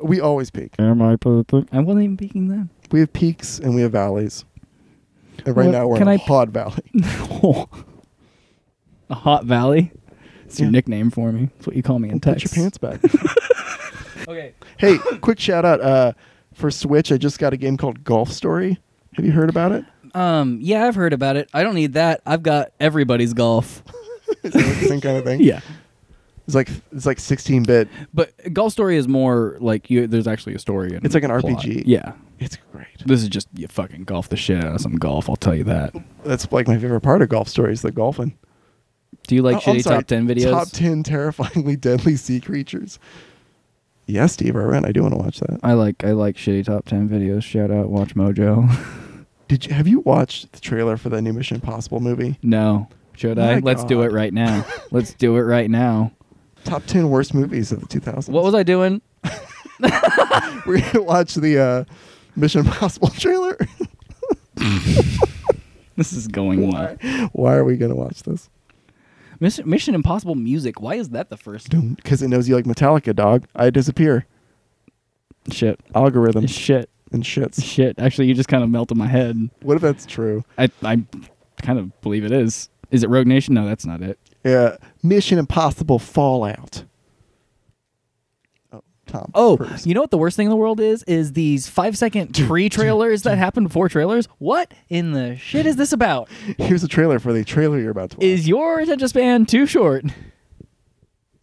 Speaker 7: We always peak.
Speaker 8: Am I peeking? I wasn't even peeking then.
Speaker 7: We have peaks and we have valleys. And right
Speaker 8: Well,
Speaker 7: now we're
Speaker 8: can
Speaker 7: in a
Speaker 8: I-
Speaker 7: hot valley.
Speaker 8: a hot valley. It's your
Speaker 7: Yeah.
Speaker 8: nickname for me. It's what you call me in
Speaker 7: Put
Speaker 8: text.
Speaker 7: your pants back.
Speaker 8: Okay.
Speaker 7: hey, quick shout out uh, for Switch. I just got a game called Golf Story. Have you heard about it?
Speaker 8: Um. Yeah, I've heard about it. I don't need that. I've got everybody's golf.
Speaker 7: Is that the same kind of thing?
Speaker 8: Yeah.
Speaker 7: It's like it's like 16 bit.
Speaker 8: But golf story is more like you. There's actually a story. And
Speaker 7: It's like an
Speaker 8: plot.
Speaker 7: RPG.
Speaker 8: Yeah.
Speaker 7: It's great.
Speaker 8: This is just you fucking golf the shit out of some golf. I'll tell you that.
Speaker 7: That's like my favorite part of golf stories, the golfing.
Speaker 8: Do you like
Speaker 7: Oh, I'm
Speaker 8: shitty
Speaker 7: sorry,
Speaker 8: top ten videos?
Speaker 7: Top 10 terrifyingly deadly sea creatures. Yeah, Steve Irwin, I do want to watch that.
Speaker 8: I like I like shitty top ten videos. Shout out Watch Mojo.
Speaker 7: Did you have you watched the trailer for that new Mission Impossible movie?
Speaker 8: no, should I?
Speaker 7: My
Speaker 8: Let's do it
Speaker 7: God.
Speaker 8: right now. Let's do it right now.
Speaker 7: Top 10 worst movies of the 2000s.
Speaker 8: What was I doing?
Speaker 7: We're going to watch the uh, Mission Impossible trailer.
Speaker 8: This is going well.
Speaker 7: Why are we going to watch this?
Speaker 8: Mission, Mission Impossible music. Why is that the first
Speaker 7: Because it knows you like Metallica, dog. I disappear.
Speaker 8: shit?
Speaker 7: Algorithms
Speaker 8: Shit,
Speaker 7: and shits.
Speaker 8: shit. Actually, you just kind of melted my head.
Speaker 7: What if that's true?
Speaker 8: I I kind of believe it is. Is it Rogue Nation? No, that's not it.
Speaker 7: Yeah. Mission Impossible Fallout. Oh, Tom.
Speaker 8: Oh,
Speaker 7: Cruise.
Speaker 8: you know what the worst thing in the world is? Is these five second pre trailers that happen before trailers? What in the shit is this about?
Speaker 7: here's a trailer for the trailer you're about to watch.
Speaker 8: Is your attention span too short?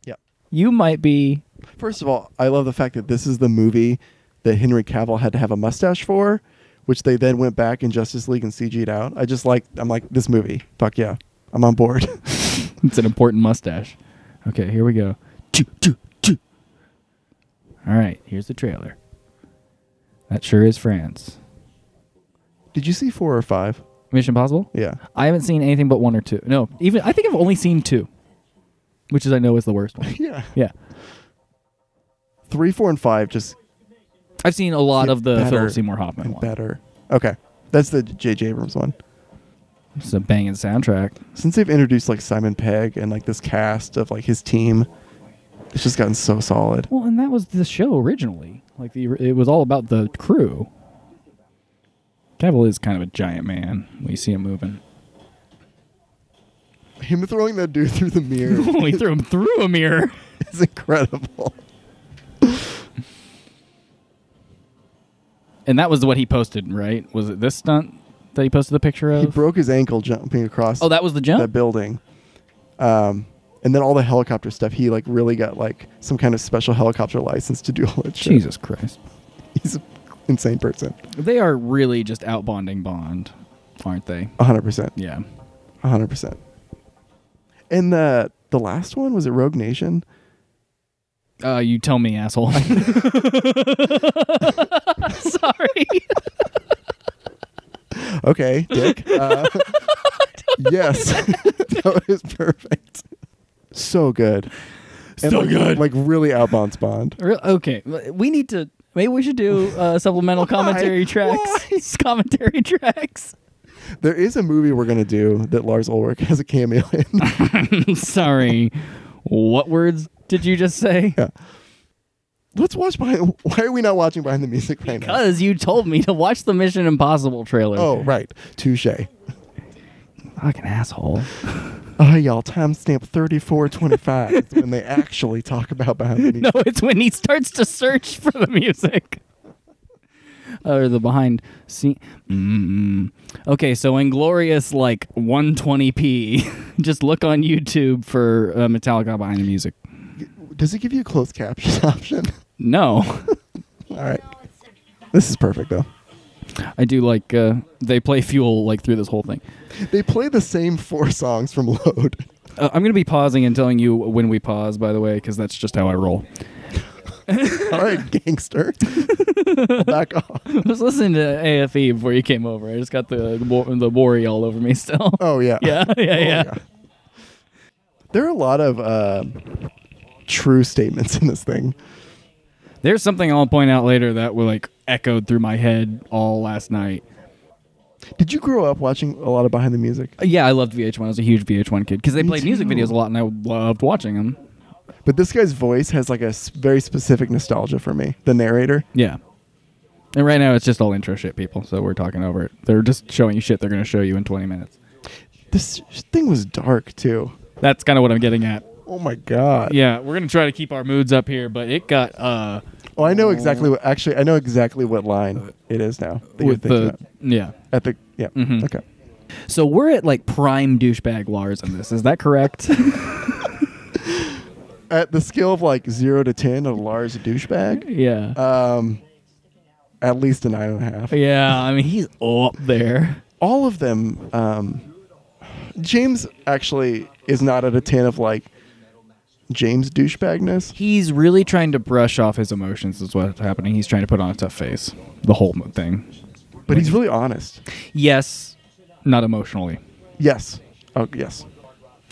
Speaker 7: yeah.
Speaker 8: You might be.
Speaker 7: First of all, I love the fact that this is the movie that Henry Cavill had to have a mustache for, which they then went back in Justice League and CG'd out. I just like, I'm like, this movie. Fuck yeah. I'm on board.
Speaker 8: It's an important mustache. Okay, here we go. Choo, choo, choo. All right, here's the trailer. That sure is France.
Speaker 7: Did you see four or five?
Speaker 8: Mission Impossible?
Speaker 7: Yeah.
Speaker 8: I haven't seen anything but one or two. No, even I think I've only seen two, which is I know is the worst one.
Speaker 7: Yeah.
Speaker 8: yeah,
Speaker 7: Three, four, and five just
Speaker 8: I've seen a lot
Speaker 7: Get
Speaker 8: of the
Speaker 7: better
Speaker 8: Philip Seymour Hoffman
Speaker 7: and
Speaker 8: one.
Speaker 7: better. Okay. That's the J.J. Abrams one.
Speaker 8: It's a banging soundtrack.
Speaker 7: Since they've introduced like Simon Pegg and like this cast of like his team, it's just gotten so solid.
Speaker 8: Well, and that was the show originally. Like the it was all about the crew. Cavill is kind of a giant man. We see him moving.
Speaker 7: Him throwing that dude through the mirror
Speaker 8: we threw him through a mirror.
Speaker 7: is incredible.
Speaker 8: And that was what he posted, right? Was it this stunt that he posted the picture of?
Speaker 7: He broke his ankle jumping across.
Speaker 8: oh, that was the jump.
Speaker 7: that building. Um, and then all the helicopter stuff. He like really got like some kind of special helicopter license to do all that shit.
Speaker 8: Jesus Christ!
Speaker 7: he's an insane person.
Speaker 8: They are really just out bonding Bond, aren't they?
Speaker 7: hundred percent,
Speaker 8: Yeah.
Speaker 7: hundred percent. And the the last one was it Rogue Nation?
Speaker 8: Uh, you tell me, asshole. Sorry.
Speaker 7: Okay, Dick. Uh, yes, that was perfect. So good. And,
Speaker 8: So
Speaker 7: like-
Speaker 8: good.
Speaker 7: Like really outbounds Bond.
Speaker 8: Real, okay, we need to. Maybe we should do uh, supplemental commentary tracks. Commentary tracks.
Speaker 7: There is a movie we're gonna do that Lars Ulrich has a cameo in.
Speaker 8: Sorry, what words did you just say?
Speaker 7: Let's watch behind. Why are we not watching behind the music right now?
Speaker 8: Because you told me to watch the Mission Impossible trailer.
Speaker 7: Oh, right. Touche.
Speaker 8: fucking asshole!
Speaker 7: Oh, y'all, timestamp 3425 is when they actually talk about behind the
Speaker 8: No,
Speaker 7: music.
Speaker 8: it's when he starts to search for the music. Or the behind scene. Mm-mm. Okay, so Inglorious, like 120p. Just look on YouTube for uh, Metallica behind the music.
Speaker 7: Does it give you a closed caption option?
Speaker 8: No,
Speaker 7: All right. This is perfect, though.
Speaker 8: I do like uh, they play fuel like through this whole thing.
Speaker 7: They play the same four songs from Load.
Speaker 8: Uh, I'm gonna be pausing and telling you when we pause, by the way, because that's just how I roll.
Speaker 7: All right, gangster. Back off.
Speaker 8: I was listening to AFE before you came over. I just got the the, wo- the worry all over me still.
Speaker 7: Oh, yeah.
Speaker 8: yeah, yeah, yeah.
Speaker 7: There are a lot of um true statements in this thing.
Speaker 8: There's something I'll point out later that were like echoed through my head all last night.
Speaker 7: Did you grow up watching a lot of behind the music?
Speaker 8: Uh, Yeah, I loved VH1. I was a huge VH1 kid because they
Speaker 7: Me
Speaker 8: played music
Speaker 7: too.
Speaker 8: videos a lot, and I loved watching them.
Speaker 7: But this guy's voice has like a s- very specific nostalgia for me. The narrator.
Speaker 8: Yeah. And right now it's just all intro shit, people. So we're talking over it. They're just showing you shit they're going to show you in 20 minutes.
Speaker 7: This thing was dark, too.
Speaker 8: That's kind of what I'm getting at.
Speaker 7: Oh my god.
Speaker 8: Yeah, we're gonna try to keep our moods up here, but it got uh
Speaker 7: Oh, I know exactly what. Actually, I know exactly what line it is now. That you're
Speaker 8: with
Speaker 7: thinking
Speaker 8: the Mm-hmm.
Speaker 7: of.
Speaker 8: yeah.
Speaker 7: at the yeah. Okay.
Speaker 8: So we're at like prime douchebag Lars on this. Is that correct?
Speaker 7: At the scale of like zero to ten, of Lars a douchebag.
Speaker 8: yeah.
Speaker 7: Uh, At least a nine and a half.
Speaker 8: yeah. I mean, he's up there.
Speaker 7: All of them. Um, James actually is not at a ten of like James douchebagness.
Speaker 8: He's really trying to brush off his emotions. Is what's happening. He's trying to put on a tough face. The whole mo- thing.
Speaker 7: But he's really honest.
Speaker 8: Yes, not emotionally.
Speaker 7: Yes. Oh, yes.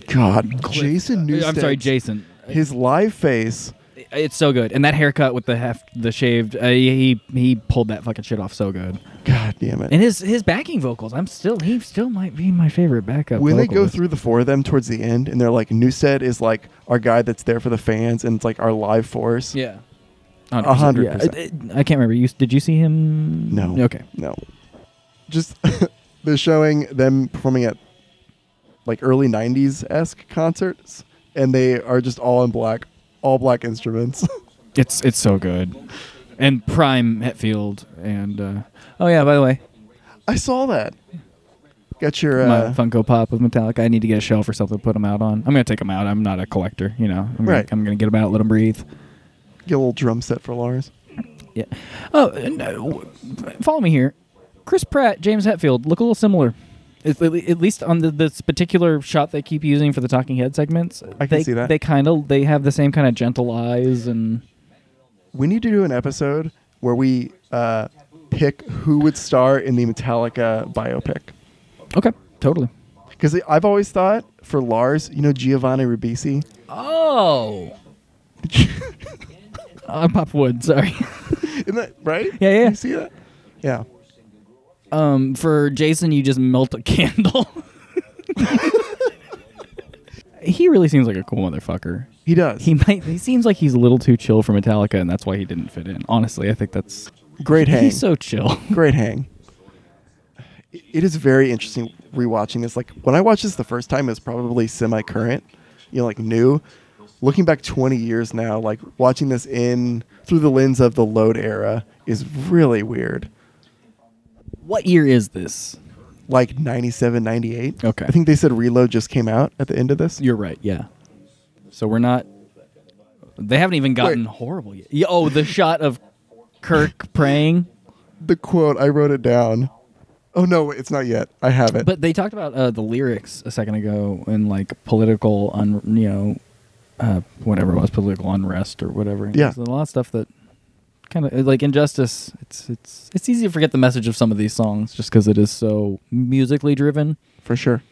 Speaker 7: God, Jason Newsted.
Speaker 8: Uh, I'm sorry, Jason.
Speaker 7: His live face.
Speaker 8: It's so good, and that haircut with the half, the shaved, uh, he he pulled that fucking shit off so good.
Speaker 7: God damn it.
Speaker 8: And his his backing vocals, I'm still he still might be my favorite backup.
Speaker 7: when they go
Speaker 8: vocalist.
Speaker 7: through the four of them towards the end, and they're like, Newstead is like our guy that's there for the fans, and it's like our live force.
Speaker 8: yeah, Uh,
Speaker 7: A hundred percent.
Speaker 8: I can't remember. You did you see him?
Speaker 7: No.
Speaker 8: Okay.
Speaker 7: No. Just they're showing them performing at like early '90s esque concerts, and they are just all in black, all black instruments.
Speaker 8: It's it's so good, and prime Hetfield, and uh, oh yeah, by the way,
Speaker 7: I saw that. Got your
Speaker 8: my
Speaker 7: uh,
Speaker 8: Funko Pop of Metallica. I need to get a shelf or something to put them out on. I'm gonna take them out. I'm not a collector, you know. I'm gonna,
Speaker 7: Right.
Speaker 8: I'm gonna get them out, let them breathe.
Speaker 7: get a little drum set for Lars.
Speaker 8: Yeah. Oh, and, uh, w- follow me here. Chris Pratt, James Hetfield look a little similar. At, at le- at least on the, this particular shot they keep using for the talking head segments,
Speaker 7: I can
Speaker 8: they,
Speaker 7: see that.
Speaker 8: they kind of they have the same kind of gentle eyes and
Speaker 7: We need to do an episode where we uh, pick who would star in the Metallica biopic.
Speaker 8: okay, totally.
Speaker 7: Because I've always thought for Lars, you know, Giovanni Ribisi.
Speaker 8: Oh,
Speaker 7: Isn't
Speaker 8: uh, Pop Wood. Sorry.
Speaker 7: that right?
Speaker 8: Yeah, yeah.
Speaker 7: You see that? Yeah.
Speaker 8: um, for Jason, you just melt a candle. he really seems like a cool motherfucker.
Speaker 7: He does.
Speaker 8: He might. He seems like he's a little too chill for Metallica, and that's why he didn't fit in. Honestly, I think that's
Speaker 7: Great hang.
Speaker 8: he's so chill.
Speaker 7: Great hang. It is very interesting rewatching this. Like when I watched this the first time, it was probably semi current, you know, like new. Looking back 20 years now, like watching this in through the lens of the load era is really weird.
Speaker 8: What year is this?
Speaker 7: Like 97, 98.
Speaker 8: Okay.
Speaker 7: I think they said Reload just came out at the end of this.
Speaker 8: You're right. Yeah. So we're not. They haven't even gotten
Speaker 7: Wait.
Speaker 8: horrible yet. Yeah, Oh, the shot of Kirk praying.
Speaker 7: The quote, I wrote it down. Oh, no, it's not yet. I have it.
Speaker 8: But they talked about uh, the lyrics a second ago and like political, un- you know, uh, whatever it was, political unrest or whatever.
Speaker 7: Yeah.
Speaker 8: There's a lot of stuff that kind of like injustice. It's it's it's easy to forget the message of some of these songs just because it is so musically driven.
Speaker 7: for sure.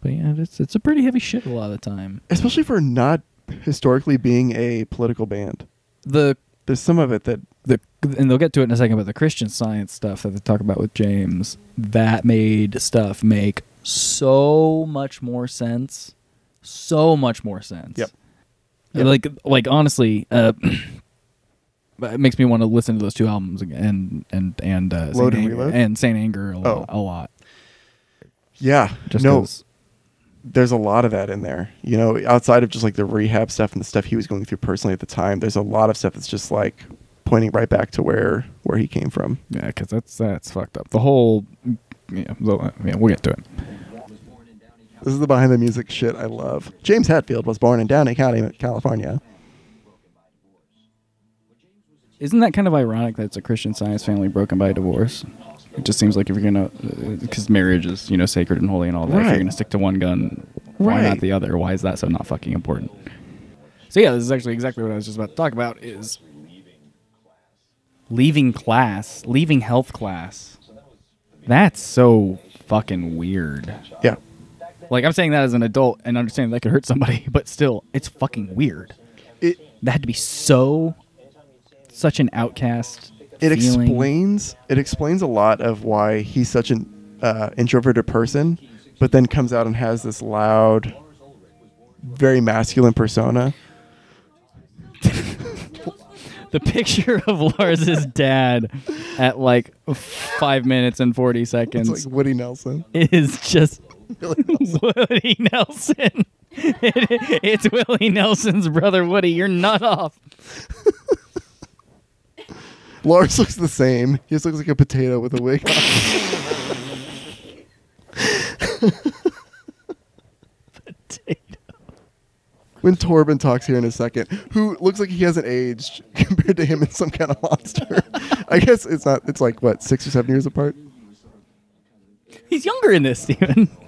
Speaker 8: But yeah, it's it's a pretty heavy shit a lot of the time.
Speaker 7: especially for not historically being a political band.
Speaker 8: The
Speaker 7: There's some of it that
Speaker 8: the and they'll get to it in a second, but the Christian science stuff that they talk about with James that made stuff make so much more sense, so much more sense.
Speaker 7: Yep.
Speaker 8: And Like like honestly, uh, but it makes me want to listen to those two albums ag- and and and uh,
Speaker 7: Load
Speaker 8: Saint
Speaker 7: and
Speaker 8: Anger,
Speaker 7: Reload?
Speaker 8: and Saint Anger a lot.
Speaker 7: Oh.
Speaker 8: A lot.
Speaker 7: yeah,
Speaker 8: Just
Speaker 7: no,
Speaker 8: 'cause-
Speaker 7: there's a lot of that in there. You know, outside of just like the rehab stuff and the stuff he was going through personally at the time, there's a lot of stuff that's just like pointing right back to where where he came from.
Speaker 8: Yeah, because that's that's fucked up. The whole yeah, the- yeah, we'll get to it.
Speaker 7: This is the behind the music shit I love. James Hetfield was born in Downey County, California.
Speaker 8: Isn't that kind of ironic that it's a Christian Science family broken by divorce? It just seems like if you're gonna, because marriage is you know sacred and holy and all that. If
Speaker 7: Right.
Speaker 8: you're gonna stick to one gun, why
Speaker 7: Right.
Speaker 8: not the other? Why is that so not fucking important? So yeah, this is actually exactly what I was just about to talk about: is leaving class, leaving health class. That's so fucking weird.
Speaker 7: Yeah,
Speaker 8: Like I'm saying that as an adult and understanding that could hurt somebody, but still, it's fucking weird.
Speaker 7: it
Speaker 8: That had to be so, such an outcast.
Speaker 7: it
Speaker 8: feeling.
Speaker 7: explains it explains a lot of why he's such an uh, introverted person, but then comes out and has this loud, very masculine persona.
Speaker 8: the picture of Lars's dad at like five minutes and forty seconds
Speaker 7: It's like Woody Nelson.
Speaker 8: is just
Speaker 7: Really Nelson.
Speaker 8: Woody Nelson. it's Willie Nelson's brother Woody. You're not off.
Speaker 7: Lars looks the same. He just looks like a potato with a wig. on. when Torben talks here in a second, who looks like he hasn't aged compared to him in some kind of monster. I guess it's not. It's like what six or seven years apart.
Speaker 8: He's younger in this, Steven.
Speaker 7: He-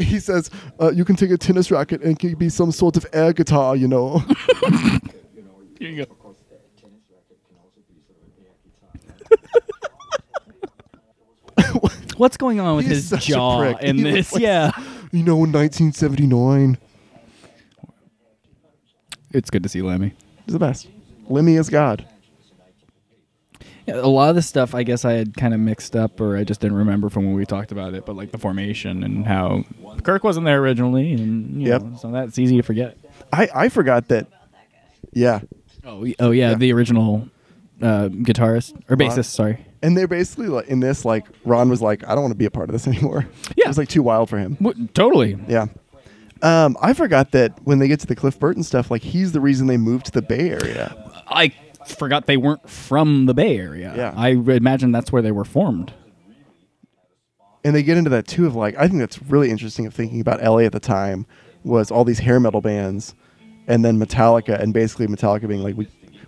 Speaker 7: He says, uh, "You can take a tennis racket and it can be some sort of air guitar, you know."
Speaker 8: Here you go. What's going on with
Speaker 7: He's
Speaker 8: his
Speaker 7: such a
Speaker 8: jaw
Speaker 7: prick.
Speaker 8: in
Speaker 7: He
Speaker 8: this?
Speaker 7: looks like-
Speaker 8: yeah.
Speaker 7: you know, in 1979,
Speaker 8: It's good to see Lemmy.
Speaker 7: he's the best. Lemmy is God.
Speaker 8: A lot of the stuff I guess I had kind of mixed up or I just didn't remember from when we talked about it, but like the formation and how Kirk wasn't there originally and you
Speaker 7: Yep.
Speaker 8: know, so that's easy to forget.
Speaker 7: I I forgot that. Yeah,
Speaker 8: Oh, oh yeah, the original uh, guitarist or bassist, sorry.
Speaker 7: and they're basically like in this. Like Ron was like, "I don't want to be a part of this anymore."
Speaker 8: Yeah.
Speaker 7: it was like too wild for him.
Speaker 8: totally.
Speaker 7: Yeah. Um, I forgot that when they get to the Cliff Burton stuff, like he's the reason they moved to the Bay Area.
Speaker 8: I forgot they weren't from the Bay Area.
Speaker 7: Yeah.
Speaker 8: I imagine that's where they were formed.
Speaker 7: And they get into that too of like I think that's really interesting of thinking about LA at the time was all these hair metal bands and then Metallica and basically Metallica being like we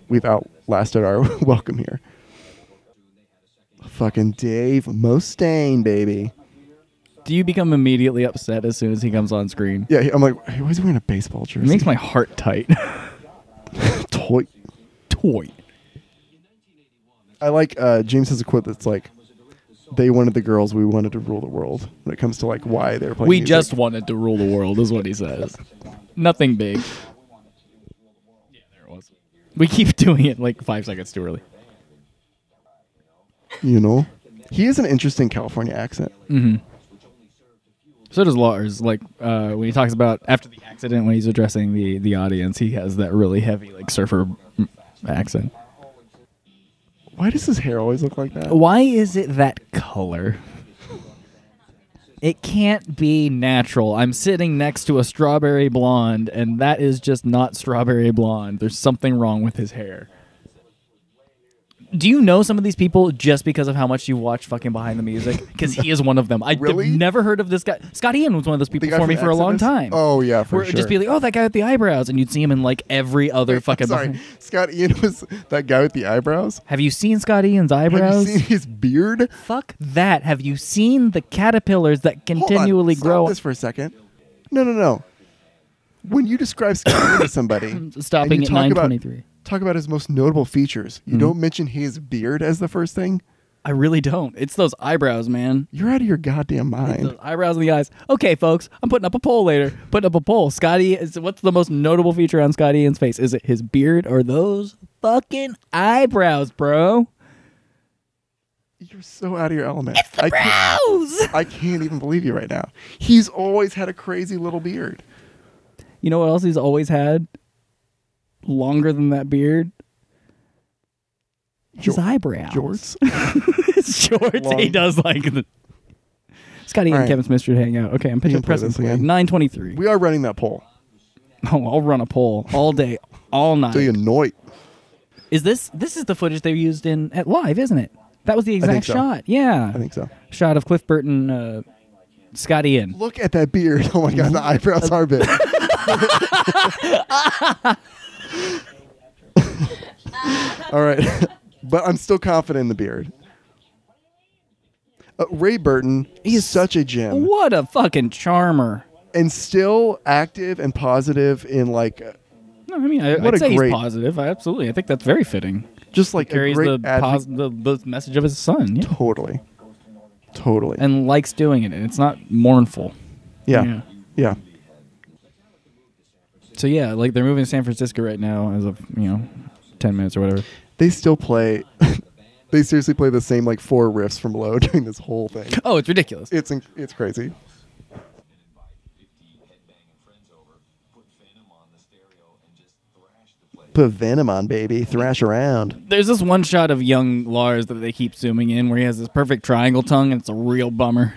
Speaker 7: we've outlasted our welcome here. Fucking Dave Mustaine, baby.
Speaker 8: Do you become immediately upset as soon as he comes on screen?
Speaker 7: Yeah, he- I'm like, hey, why is he wearing a baseball jersey?
Speaker 8: It makes my heart tight.
Speaker 7: toy.
Speaker 8: Toy.
Speaker 7: I like uh, James has a quote that's like, "They wanted the girls, we wanted to rule the world." When it comes to like why they're playing,
Speaker 8: We
Speaker 7: music.
Speaker 8: just wanted to rule the world, is what he says. Nothing big. Yeah, there it was. We keep doing it like five seconds too early.
Speaker 7: you know he has an interesting california accent
Speaker 8: So does Lars. Like uh, when he talks about after the accident, when he's addressing the the audience, he has that really heavy like surfer mm, accent.
Speaker 7: why does his hair always look like that
Speaker 8: Why is it that color? It can't be natural. I'm sitting next to a strawberry blonde, and that is just not strawberry blonde. There's something wrong with his hair. Do you know some of these people just because of how much you watch fucking Behind the Music? Because he is one of them. I've
Speaker 7: Really?
Speaker 8: never heard of this guy. Scott Ian was one of those people
Speaker 7: The guy
Speaker 8: for me
Speaker 7: from
Speaker 8: for a long
Speaker 7: Exodus?
Speaker 8: time.
Speaker 7: Oh, yeah, for
Speaker 8: Where it'd Just be
Speaker 7: sure.
Speaker 8: like, oh, that guy with the eyebrows, and you'd see him in like every other fucking.
Speaker 7: sorry
Speaker 8: Behind-
Speaker 7: scott ian was that guy with the eyebrows
Speaker 8: Have you seen Scott Ian's eyebrows?
Speaker 7: have you seen his beard
Speaker 8: Fuck that. Have you seen the caterpillars that
Speaker 7: Hold
Speaker 8: continually
Speaker 7: on. Stop
Speaker 8: grow?
Speaker 7: this for a second no no no when you describe scott ian to somebody
Speaker 8: Stopping
Speaker 7: and you
Speaker 8: at Mm-hmm.
Speaker 7: talk about-
Speaker 8: 9:23.
Speaker 7: talk about his most notable features you don't mention his beard as the first thing
Speaker 8: I really don't. It's those eyebrows, man.
Speaker 7: you're out of your goddamn
Speaker 8: Those
Speaker 7: mind
Speaker 8: eyebrows and the eyes. Okay, folks, I'm putting up a poll later. Putting up a poll. Scotty, is, what's the most notable feature on Scott Ian's face? Is it his beard or those fucking eyebrows, bro?
Speaker 7: you're so out of your element I can't-
Speaker 8: Brows!
Speaker 7: I can't even believe you right now. He's always had a crazy little beard.
Speaker 8: You know what else he's always had? Longer than that beard? His
Speaker 7: Jor-
Speaker 8: eyebrows.
Speaker 7: Jorts.
Speaker 8: his shorts.
Speaker 7: Long-
Speaker 8: He does like the. Scotty
Speaker 7: All
Speaker 8: and
Speaker 7: right.
Speaker 8: Kevin Smith should hang out. Okay, I'm pitching
Speaker 7: can play
Speaker 8: presents
Speaker 7: this again.
Speaker 8: Nine twenty-three.
Speaker 7: We are running that poll.
Speaker 8: Oh, I'll run a poll all day, all night.
Speaker 7: Do you know it?
Speaker 8: Is this this is the footage they used in at live, isn't it? That was the
Speaker 7: think
Speaker 8: exact
Speaker 7: so.
Speaker 8: shot. Yeah,
Speaker 7: I think so.
Speaker 8: Shot of Cliff Burton, uh, Scotty in.
Speaker 7: Look at that beard. Oh my god,
Speaker 8: Mm-hmm.
Speaker 7: the eyebrows are big. All right. But I'm still confident in the beard. Uh, Ray Burton, he is such a gem
Speaker 8: What a fucking charmer.
Speaker 7: and still active and positive in like uh,
Speaker 8: No, I mean, I,
Speaker 7: What
Speaker 8: I'd
Speaker 7: a
Speaker 8: say
Speaker 7: great-
Speaker 8: he's positive. I absolutely, I think that's very fitting.
Speaker 7: just like a
Speaker 8: Carries
Speaker 7: great
Speaker 8: the,
Speaker 7: advocate.
Speaker 8: pos- the the message of his son, yeah.
Speaker 7: totally. Totally.
Speaker 8: and likes doing it, and it's not mournful.
Speaker 7: yeah.
Speaker 8: yeah.
Speaker 7: Yeah.
Speaker 8: So yeah, like they're moving to San Francisco right now as of, you know, 10 minutes or whatever.
Speaker 7: they still play they seriously play the same like four riffs from low during this whole thing
Speaker 8: Oh, it's ridiculous.
Speaker 7: it's inc- it's crazy put venom on baby thrash around
Speaker 8: There's this one shot of young Lars that they keep zooming in where he has this perfect triangle tongue and it's a real bummer.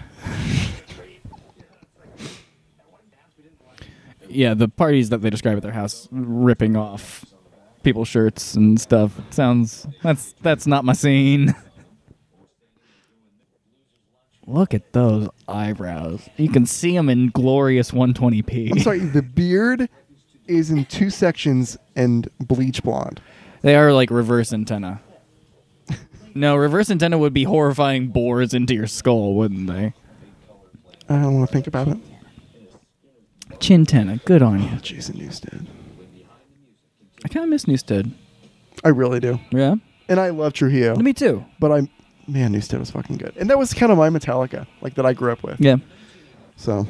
Speaker 8: yeah, the parties that they describe at their house ripping off people's shirts and stuff. It sounds that's that's not my scene. Look at those eyebrows. You can see them in glorious 120p.
Speaker 7: I'm sorry, the beard is in two sections and bleach blonde.
Speaker 8: They are like reverse antenna. no, reverse antenna would be horrifying bores into your skull, wouldn't they?
Speaker 7: I don't want to think about it.
Speaker 8: Chintenna, good on you.
Speaker 7: Jason Newsted.
Speaker 8: I kind of miss Newstead.
Speaker 7: I really do.
Speaker 8: Yeah,
Speaker 7: And I love Trujillo.
Speaker 8: me too.
Speaker 7: but I, man, Newstead was fucking good. And that was kind of my Metallica, like that I grew up with.
Speaker 8: Yeah.
Speaker 7: So,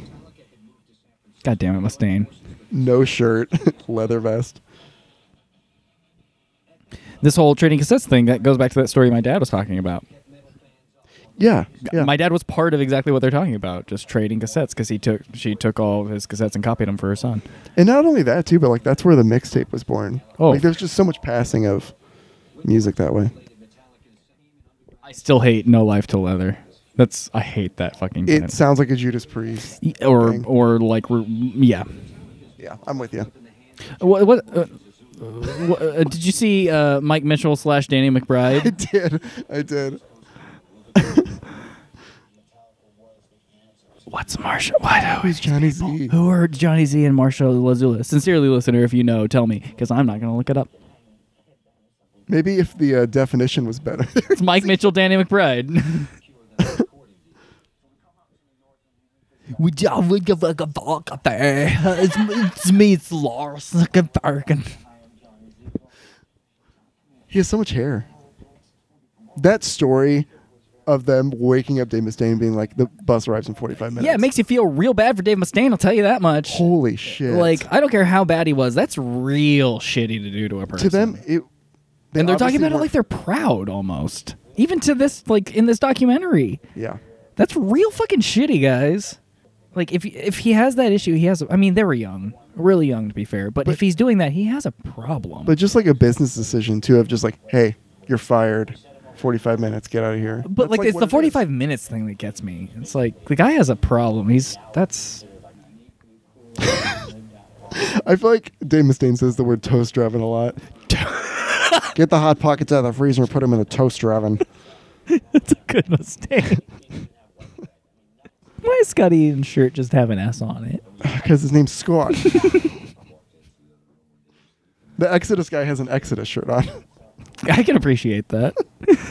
Speaker 8: God damn it, Mustaine.
Speaker 7: no shirt, leather vest.
Speaker 8: This whole trading cassettes thing that goes back to that story my dad was talking about.
Speaker 7: Yeah. yeah.
Speaker 8: My dad was part of exactly what they're talking about, just trading cassettes because he took she took all of his cassettes and copied them for her son.
Speaker 7: and not only that, too, but like that's where the mixtape was born.
Speaker 8: Oh.
Speaker 7: Like there's just so much passing of music that way.
Speaker 8: I still hate No Life to Leather. That's I hate that fucking.
Speaker 7: It
Speaker 8: band.
Speaker 7: sounds like a Judas Priest.
Speaker 8: or
Speaker 7: thing.
Speaker 8: or like re- yeah.
Speaker 7: Yeah, I'm with you.
Speaker 8: What? what uh, wha- uh, did you see uh, Mike Mitchell slash Danny
Speaker 7: I
Speaker 8: McBride?
Speaker 7: did. I did.
Speaker 8: What's Marsha? Why
Speaker 7: Who's Johnny Z?
Speaker 8: Who are Johnny Z and Marsha Lazula? Sincerely, listener, if you know, tell me because I'm not gonna look it up.
Speaker 7: Maybe if the uh, definition was better.
Speaker 8: It's Mike Mitchell, Danny McBride. Would you would give like a fuck up there? It's, it's me, it's Lars Zuckerberg.
Speaker 7: he has so much hair. That story of them waking up Dave Mustaine and being like, the bus arrives in 45 minutes.
Speaker 8: Yeah, it makes you feel real bad for Dave Mustaine. I'll tell you that much.
Speaker 7: Holy shit.
Speaker 8: Like, I don't care how bad he was. That's real shitty to do to a person.
Speaker 7: to them, it. they
Speaker 8: and they're talking
Speaker 7: obviously
Speaker 8: about it
Speaker 7: weren't-
Speaker 8: like they're proud almost. Even to this, like in this documentary,
Speaker 7: Yeah.
Speaker 8: that's real fucking shitty, guys. Like if if he has that issue, he has. I mean, they were young, really young to be fair. But, if he's doing that, he has a problem.
Speaker 7: But just like a business decision, too, of just like, hey, you're fired. 45 minutes, get out of here.
Speaker 8: But,
Speaker 7: That's,
Speaker 8: like, it's
Speaker 7: what
Speaker 8: the
Speaker 7: it is.
Speaker 8: forty five minutes thing that gets me. It's like the guy has a problem. He's that's
Speaker 7: I feel like Dave Mustaine says the word toaster oven a lot. get the hot pockets out of the freezer and put them in the toaster oven.
Speaker 8: that's a good mistake. Why does Scott Eaton's shirt just have an S on it?
Speaker 7: Because his name's Scott. the Exodus guy has an Exodus shirt on,
Speaker 8: I can appreciate that.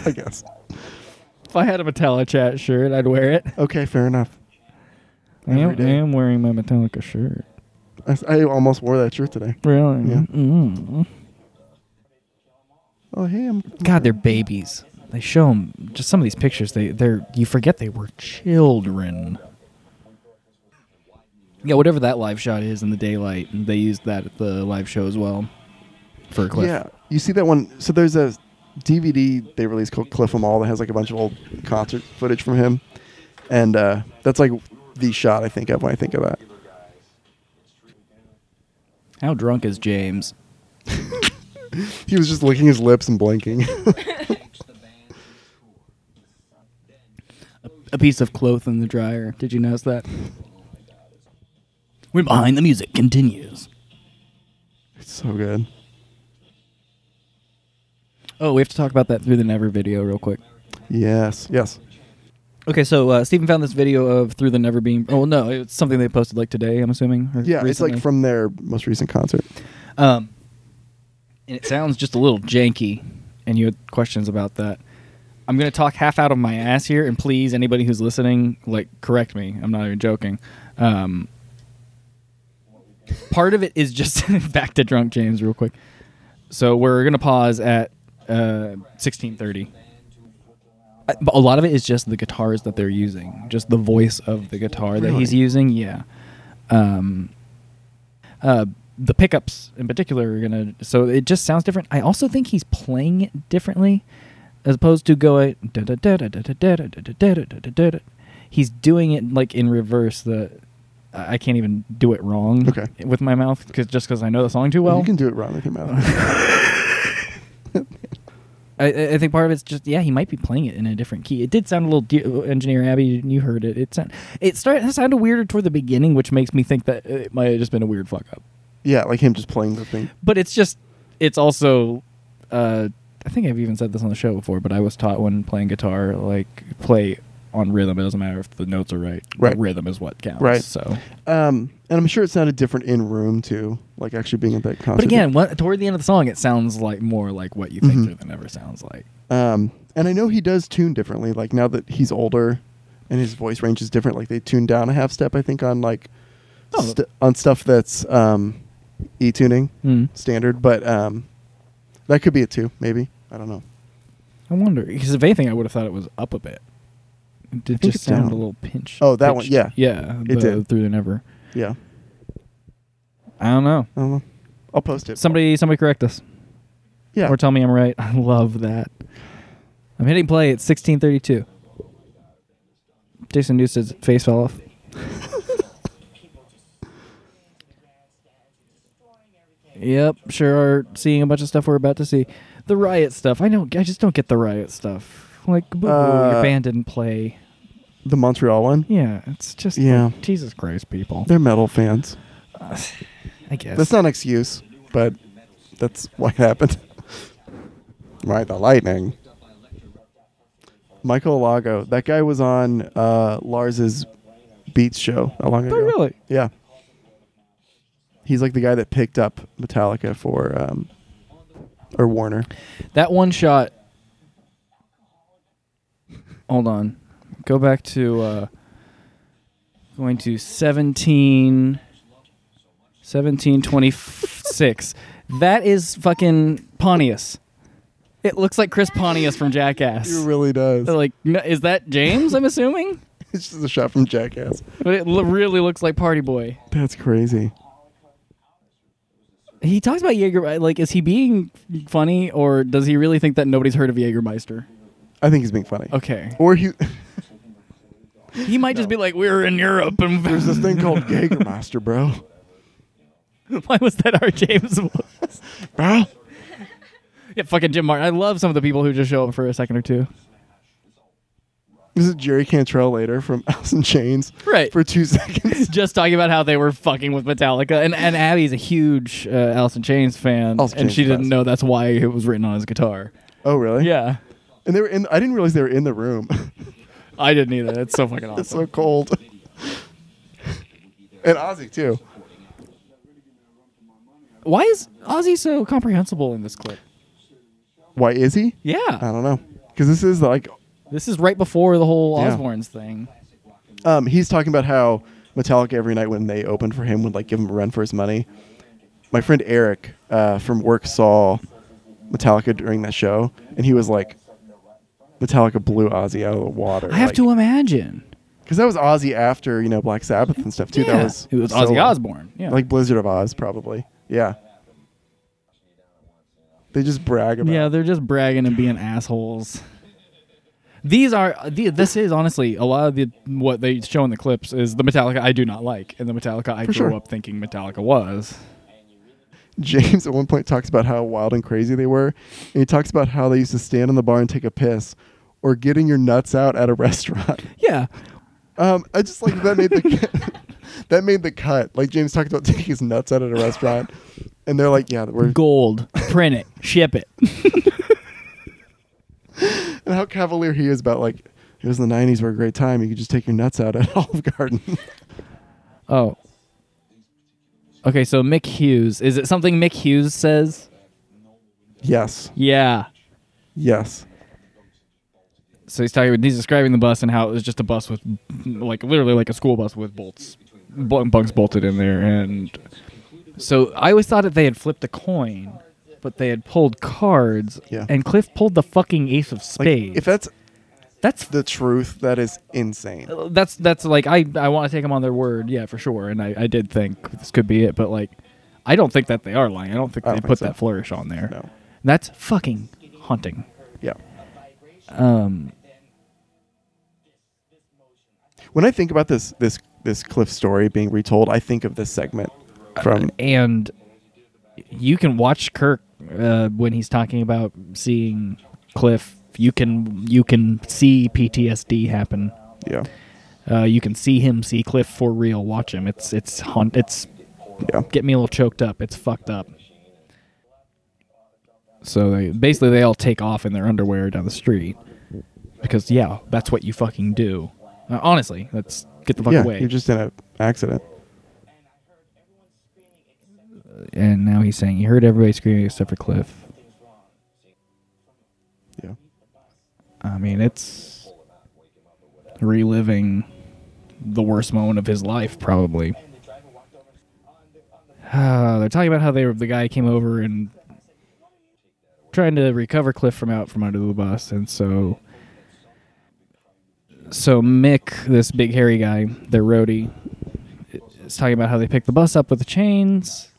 Speaker 7: I guess.
Speaker 8: if I had a Metallichat shirt, I'd wear it.
Speaker 7: Okay, fair enough.
Speaker 8: I
Speaker 7: Every
Speaker 8: am, I
Speaker 7: day.
Speaker 8: am wearing my Metallica shirt.
Speaker 7: I, s- I almost wore that shirt today.
Speaker 8: Really?
Speaker 7: Yeah.
Speaker 8: Mm.
Speaker 7: Oh, hey, I'm.
Speaker 8: God, they're babies. They show them just some of these pictures. They they're you forget they were children. Yeah, whatever that live shot is in the daylight, they used that at the live show as well. For Cliff.
Speaker 7: Yeah, you see that one? So there's a DVD they released called Cliff 'Em All that has like a bunch of old concert footage from him, and uh, that's like the shot I think of when I think of that.
Speaker 8: How drunk is James?
Speaker 7: He was just licking his lips and blinking.
Speaker 8: A piece of cloth in the dryer. Did you notice that? We're behind the music continues.
Speaker 7: it's so good.
Speaker 8: Oh, we have to talk about that through the never video real quick.
Speaker 7: Yes, yes.
Speaker 8: Okay, so uh, Stephen found this video of Through the Never Being. Oh no, it's something they posted like today. I'm assuming. or
Speaker 7: Yeah, it's
Speaker 8: recently.
Speaker 7: like from their most recent concert.
Speaker 8: Um, and it sounds just a little janky, and you had questions about that. I'm gonna talk half out of my ass here, and please, anybody who's listening, like, correct me. I'm not even joking. Um, part of it is just back to drunk James real quick. So we're gonna pause at uh, 16:30. I- But a lot of it is just the guitars that they're using, just the voice of the guitar that he's
Speaker 7: Really?
Speaker 8: using. Yeah. Um, uh, the pickups in particular are gonna. So it just sounds different. I also think he's playing it differently, as opposed to going. da da da da da da da da da da da da da da da. He's doing it like in reverse. The I I can't even do it wrong.
Speaker 7: Okay.
Speaker 8: With my mouth, because just because I know the song too
Speaker 7: Well,
Speaker 8: well.
Speaker 7: you can do it wrong with your mouth.
Speaker 8: I- I, I think part of it's just yeah he might be playing it in a different key. It did sound a little de- engineer Abby. You heard it. It sound, it started it sounded weirder toward the beginning, which makes me think that it might have just been a weird fuck up.
Speaker 7: Yeah, like him just playing the thing.
Speaker 8: But it's just it's also uh, I think I've even said this on the show before, but I was taught when playing guitar like play on rhythm. It doesn't matter if the notes are right.
Speaker 7: Right.
Speaker 8: The rhythm is what counts.
Speaker 7: Right.
Speaker 8: So
Speaker 7: Um, and I'm sure it sounded different in room too, like actually being at that concert.
Speaker 8: But again, what, toward the end of the song, it sounds like more like what you think
Speaker 7: Mm-hmm.
Speaker 8: Through the Never sounds like.
Speaker 7: um, and I know he does tune differently. Like now that he's older, and his voice range is different. Like they tune down a half step, I think, on like
Speaker 8: Oh.
Speaker 7: st- on stuff that's um, e tuning
Speaker 8: Mm.
Speaker 7: standard. But um, that could be it too. Maybe I don't know.
Speaker 8: I wonder because if anything, I would have thought it was up a bit. It did
Speaker 7: think
Speaker 8: just
Speaker 7: it's
Speaker 8: sound
Speaker 7: down.
Speaker 8: a little pinch.
Speaker 7: Oh, that one,
Speaker 8: pitched.
Speaker 7: yeah.
Speaker 8: yeah.
Speaker 7: It
Speaker 8: the
Speaker 7: did.
Speaker 8: through the Never.
Speaker 7: Yeah,
Speaker 8: I don't know.
Speaker 7: I don't know. I'll post it.
Speaker 8: Somebody, somebody correct us
Speaker 7: yeah,
Speaker 8: or tell me I'm right. I love that. I'm hitting play at 16:32. Jason Newsted's face fell off. Yep, sure are seeing a bunch of stuff we're about to see. The riot stuff. I don't I just don't get the riot stuff. Like boo, your
Speaker 7: Uh,
Speaker 8: band didn't play.
Speaker 7: the Montreal one.
Speaker 8: Yeah, it's just like,
Speaker 7: Yeah.
Speaker 8: Jesus Christ people.
Speaker 7: They're metal fans.
Speaker 8: I guess.
Speaker 7: That's not an excuse, but that's what happened. right, the lightning. Michael Lago. That guy was on uh, Lars's Beats show a long ago.
Speaker 8: Oh, really?
Speaker 7: Yeah. He's like the guy that picked up Metallica for, um, or Warner.
Speaker 8: That one shot. Hold on. Go back to uh, going to 17 1726. that is fucking Pontius. It looks like Chris Pontius from Jackass.
Speaker 7: He really does.
Speaker 8: They're like, "No, is that James? I'm assuming,
Speaker 7: It's just a shot from Jackass.
Speaker 8: but it lo- really looks like Party Boy.
Speaker 7: That's crazy.
Speaker 8: He talks about Jaeger. uh, Like, is he being funny, or does he really think that nobody's heard of Jaegermeister?
Speaker 7: I think he's being funny.
Speaker 8: Okay,
Speaker 7: Or he.
Speaker 8: He might just be like, we were in Europe, and
Speaker 7: There's this thing called Jaegermaster, bro.
Speaker 8: why was that our James Woods?
Speaker 7: Bro?
Speaker 8: yeah, fucking Jim Martin. I love some of the people who just show up for a second or two.
Speaker 7: This is Jerry Cantrell later from Alice in Chains.
Speaker 8: Right.
Speaker 7: For two seconds.
Speaker 8: Just talking about how they were fucking with Metallica, and and Abby's a huge uh, Alice in Chains fan,
Speaker 7: Alice in
Speaker 8: and
Speaker 7: Chains
Speaker 8: she
Speaker 7: is
Speaker 8: didn't
Speaker 7: best.
Speaker 8: know that's why it was written on his guitar.
Speaker 7: oh, really?
Speaker 8: Yeah,
Speaker 7: And they were in. I didn't realize they were in the room.
Speaker 8: I didn't either. It's so fucking awesome.
Speaker 7: it's so cold. and Ozzy too.
Speaker 8: why is Ozzy so comprehensible in this clip?
Speaker 7: Why is he?
Speaker 8: Yeah,
Speaker 7: I don't know. Because this is like,
Speaker 8: this is right before the whole
Speaker 7: Yeah.
Speaker 8: Osbournes thing.
Speaker 7: um, he's talking about how Metallica every night when they opened for him would like give him a run for his money. My friend Eric uh, from work saw Metallica during that show, and he was like, Metallica blew Ozzy out of the water.
Speaker 8: I have to imagine.
Speaker 7: because that was Ozzy after you know Black Sabbath and stuff too.
Speaker 8: Yeah.
Speaker 7: That was
Speaker 8: it was
Speaker 7: so-
Speaker 8: Ozzy Osbourne. Yeah,
Speaker 7: like Blizzard of Oz, probably. Yeah. They just brag about.
Speaker 8: Yeah, they're just bragging and being assholes. These are the, this is honestly a lot of the what they show in the clips is the Metallica I do not like and the Metallica I
Speaker 7: For
Speaker 8: grew
Speaker 7: sure.
Speaker 8: up thinking Metallica was.
Speaker 7: James at one point talks about how wild and crazy they were, and he talks about how they used to stand on the bar and take a piss, or getting your nuts out at a restaurant.
Speaker 8: Yeah.
Speaker 7: Um, I just like that made the that made the cut. Like James talked about taking his nuts out at a restaurant, and they're like, "Yeah, we're."
Speaker 8: Gold, print it, ship it.
Speaker 7: And how cavalier he is about like it was in the '90s were a great time. You could just take your nuts out at Olive Garden.
Speaker 8: Oh. Okay, so Mick Hughes, is it something Mick Hughes says?
Speaker 7: yes,
Speaker 8: Yeah.
Speaker 7: yes.
Speaker 8: So he's talking he's describing the bus and how it was just a bus with like literally like a school bus with bolts bu- bunks bolted in there and so I always thought that they had flipped a coin but they had pulled cards
Speaker 7: Yeah.
Speaker 8: and Cliff pulled the fucking ace of
Speaker 7: Like,
Speaker 8: spades.
Speaker 7: if that's
Speaker 8: that's
Speaker 7: the truth, that is insane.
Speaker 8: that's that's like I I want to take them on their word, yeah, for sure. And I I did think this could be it, but like I don't think that they are lying. I don't think
Speaker 7: I
Speaker 8: they
Speaker 7: don't think
Speaker 8: put
Speaker 7: so.
Speaker 8: that flourish on there.
Speaker 7: No.
Speaker 8: That's fucking haunting.
Speaker 7: Yeah.
Speaker 8: Um
Speaker 7: When I think about this this this Cliff story being retold, I think of this segment from
Speaker 8: and you can watch Kirk uh, when he's talking about seeing cliff, you can you can see PTSD happen.
Speaker 7: Yeah.
Speaker 8: Uh, you can see him see Cliff for real. Watch him. It's it's haunt. It's
Speaker 7: Yeah.
Speaker 8: get me a little choked up. It's fucked up. So they basically they all take off in their underwear down the street because yeah, that's what you fucking do. Uh, honestly, let's get the fuck
Speaker 7: yeah.
Speaker 8: away.
Speaker 7: You're just in an accident.
Speaker 8: and now he's saying he heard everybody screaming except for Cliff.
Speaker 7: Yeah.
Speaker 8: I mean, it's reliving the worst moment of his life, probably. Ah, they're talking about how they were, the guy came over and trying to recover Cliff from out from under the bus, and so so Mick, this big hairy guy, their roadie, is talking about how they picked the bus up with the chains.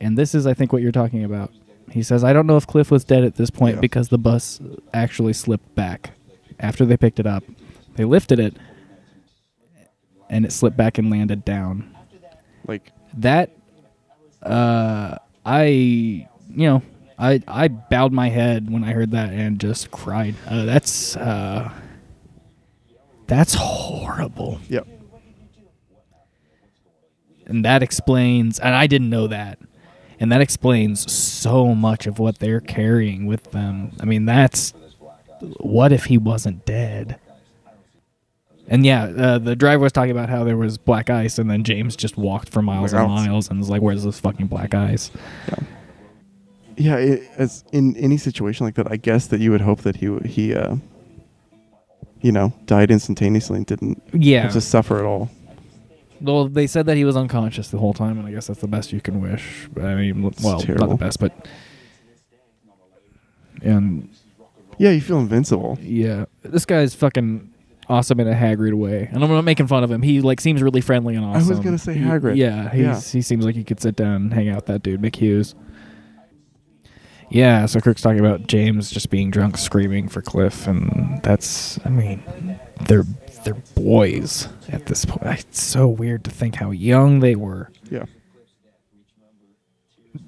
Speaker 8: And this is, I think, what you're talking about. He says, I don't know if Cliff was dead at this point
Speaker 7: Yeah.
Speaker 8: because the bus actually slipped back after they picked it up. They lifted it, and it slipped back and landed down.
Speaker 7: Like
Speaker 8: That, uh, I, you know, I, I bowed my head when I heard that and just cried. Uh, that's, uh, that's horrible
Speaker 7: Yep.
Speaker 8: and that explains and i didn't know that and that explains so much of what they're carrying with them i mean that's what if he wasn't dead and yeah uh, the driver was talking about how there was black ice and then james just walked for miles and
Speaker 7: Miles.
Speaker 8: miles and was like where's this fucking black ice
Speaker 7: Yeah, it, as in any situation like that, I guess that you would hope that he w- he uh, you know, died instantaneously and didn't
Speaker 8: Yeah.
Speaker 7: have to suffer at all.
Speaker 8: well they said that he was unconscious the whole time and i guess that's the best you can wish i mean well not the
Speaker 7: terrible.
Speaker 8: best but and
Speaker 7: Yeah, you feel invincible.
Speaker 8: Yeah, this guy's fucking awesome in a Hagrid way, and I'm not making fun of him. He like seems really friendly and
Speaker 7: was
Speaker 8: awesome.
Speaker 7: gonna say
Speaker 8: He-
Speaker 7: Hagrid.
Speaker 8: yeah, he's, he seems like he could sit down and hang out with that dude, Mick Hughes. Yeah, so Kirk's talking about James just being drunk, screaming for Cliff, and that's I mean, they're they're boys at this point. It's so weird to think how young they were.
Speaker 7: Yeah.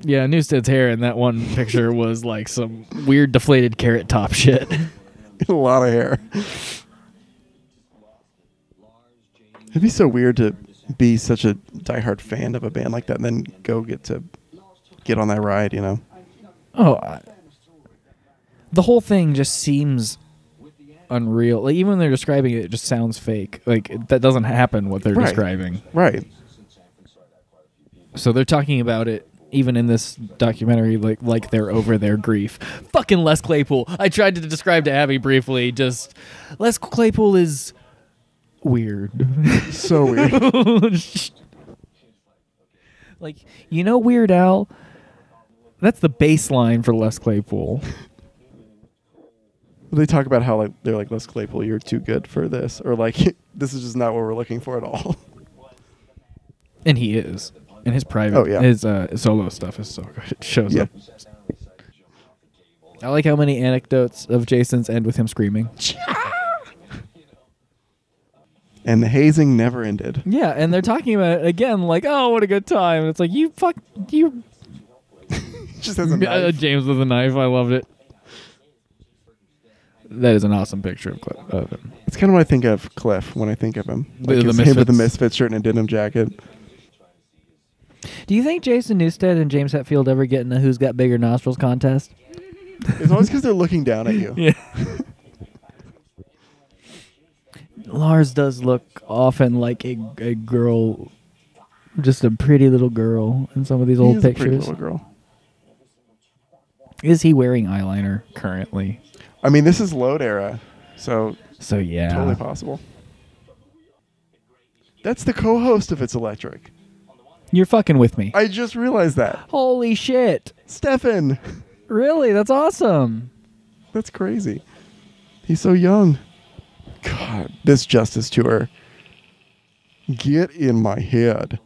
Speaker 8: Yeah, Newstead's hair in that one picture was like some weird deflated carrot top shit.
Speaker 7: a lot of hair. It'd be so weird to be such a diehard fan of a band like that and then go get to get on that ride, you know.
Speaker 8: Oh, I, the whole thing just seems unreal. Like, even when they're describing it, it just sounds fake. Like it- that doesn't happen what they're
Speaker 7: Right.
Speaker 8: describing.
Speaker 7: Right.
Speaker 8: So they're talking about it even in this documentary, like like they're over their grief. Fucking Les Claypool. I tried to describe to Abby briefly. Just Les Claypool is weird.
Speaker 7: So weird.
Speaker 8: like you know Weird Al, that's the baseline for Les Claypool.
Speaker 7: they talk about how like they're like Les Claypool, you're too good for this or like this is just not what we're looking for at all.
Speaker 8: and he is and his private
Speaker 7: Oh, yeah.
Speaker 8: his uh, solo stuff is so good it shows
Speaker 7: Yeah.
Speaker 8: up i like how many anecdotes of jason's end with him screaming
Speaker 7: And the hazing never ended.
Speaker 8: yeah and they're talking about it again like oh what a good time and it's like you fuck you
Speaker 7: just has a knife.
Speaker 8: Uh, james with a knife i loved it that is an awesome picture of, Cl- of him
Speaker 7: It's kind of what I think of Cliff when I think of him.
Speaker 8: The-
Speaker 7: Like
Speaker 8: the
Speaker 7: it's him with the
Speaker 8: Misfits.
Speaker 7: misfit shirt and a denim jacket.
Speaker 8: do you think jason newstead and james hetfield ever get in a who's got bigger nostrils contest
Speaker 7: It's always because they're looking down at you.
Speaker 8: Yeah. Lars does look often like a, a girl, just a pretty little girl in some of these
Speaker 7: He
Speaker 8: old
Speaker 7: is a pretty
Speaker 8: pictures.
Speaker 7: little girl.
Speaker 8: Is he wearing eyeliner currently?
Speaker 7: I mean, this is load era, so
Speaker 8: So yeah,
Speaker 7: totally possible. That's the co-host of It's Electric.
Speaker 8: you're fucking with me.
Speaker 7: I just realized that.
Speaker 8: Holy shit!
Speaker 7: Stefan,
Speaker 8: Really? That's awesome.
Speaker 7: that's crazy. He's so young. God, this Justice tour. Get in my head.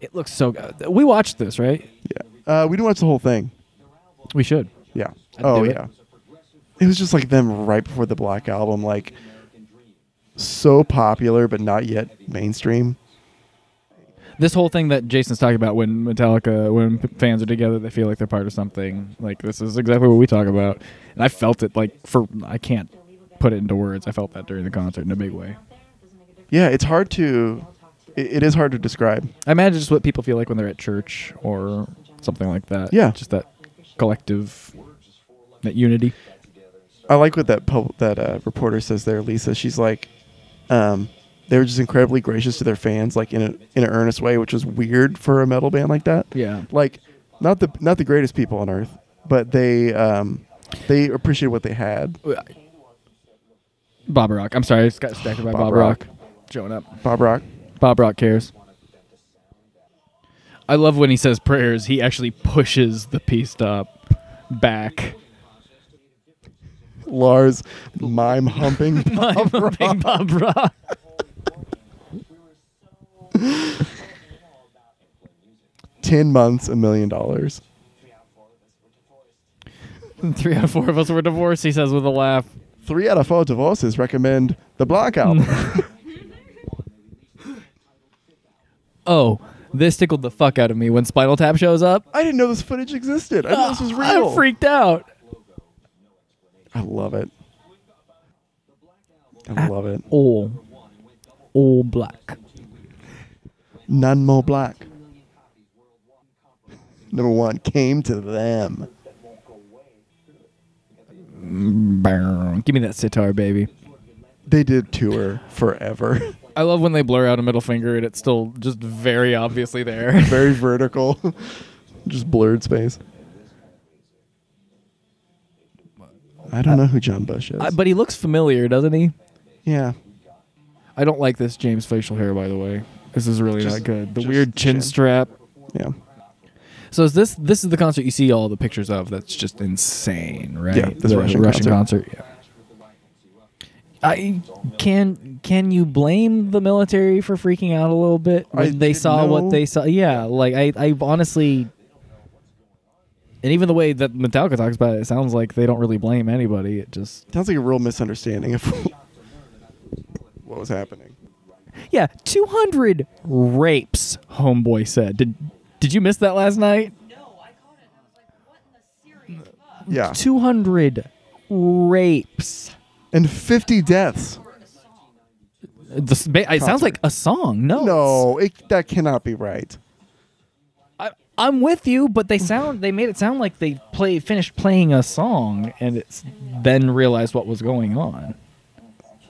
Speaker 8: It looks so good. We watched this, right?
Speaker 7: Yeah. Uh, we didn't watch the whole thing.
Speaker 8: We should.
Speaker 7: Yeah.
Speaker 8: I'd
Speaker 7: Oh
Speaker 8: do it.
Speaker 7: yeah. It was just like them right before the Black album, like so popular but not yet mainstream.
Speaker 8: this whole thing that Jason's talking about when Metallica, when p- fans are together, they feel like they're part of something. Like this is exactly what we talk about, and I felt it. Like for I can't put it into words. I felt that during the concert in a big way.
Speaker 7: Yeah, it's hard to. It, it is hard to describe.
Speaker 8: I imagine just what people feel like when they're at church or something like that.
Speaker 7: Yeah.
Speaker 8: just that collective, that unity.
Speaker 7: I like what that pub- that uh, reporter says there, Lisa. She's like, um, they were just incredibly gracious to their fans, like in a in an earnest way, which was weird for a metal band like that.
Speaker 8: Yeah.
Speaker 7: like not the not the greatest people on earth, but they um, they appreciated what they had.
Speaker 8: Uh, Bob Rock. I'm sorry, I just got distracted by
Speaker 7: Bob
Speaker 8: Bob, Rock.
Speaker 7: Rock.
Speaker 8: Showing up.
Speaker 7: Bob Rock.
Speaker 8: Bob Rock cares. I love when he says prayers. He actually pushes the peace stop back.
Speaker 7: Lars mime humping.
Speaker 8: Bob Rock. Bob Rock.
Speaker 7: Ten months, a million dollars.
Speaker 8: Three out of four of us were divorced. He says with a laugh.
Speaker 7: Three out of four divorces recommend the Black album.
Speaker 8: Oh, this tickled the fuck out of me when Spinal Tap shows up.
Speaker 7: I didn't know this footage existed. I thought this was real.
Speaker 8: I freaked out.
Speaker 7: I love it. I love it.
Speaker 8: All, all black.
Speaker 7: None more black. Number one came to them.
Speaker 8: Brr. Give me that sitar, baby.
Speaker 7: They did tour forever.
Speaker 8: I love when they blur out a middle finger and it's still just very obviously there.
Speaker 7: Very vertical, just blurred space. I don't know who John Bush is.
Speaker 8: I- but he looks familiar, doesn't he?
Speaker 7: yeah,
Speaker 8: I don't like this James facial hair, by the way. This is really
Speaker 7: Just-
Speaker 8: not good. The
Speaker 7: just
Speaker 8: weird chin
Speaker 7: chin.
Speaker 8: strap.
Speaker 7: yeah,
Speaker 8: So is this this is the concert you see all the pictures of? That's just insane, right?
Speaker 7: Yeah, this
Speaker 8: the
Speaker 7: Russian concert.
Speaker 8: concert. Yeah. I can can you blame the military for freaking out a little bit when
Speaker 7: I
Speaker 8: they
Speaker 7: didn't
Speaker 8: saw what
Speaker 7: know.
Speaker 8: they saw? Yeah, like I I honestly. And even the way that Metallica talks about it, it sounds like they don't really blame anybody. It just
Speaker 7: sounds like a real misunderstanding of what was happening.
Speaker 8: Yeah, 200 rapes, homeboy said. Did did you miss that last night?
Speaker 7: Yeah,
Speaker 8: 200 rapes.
Speaker 7: and fifty deaths.
Speaker 8: The s- ba- it sounds like a song. No.
Speaker 7: No, it, that cannot be right.
Speaker 8: I, I'm with you, but they sound they made it sound like they play finished playing a song and it's then realized what was going on.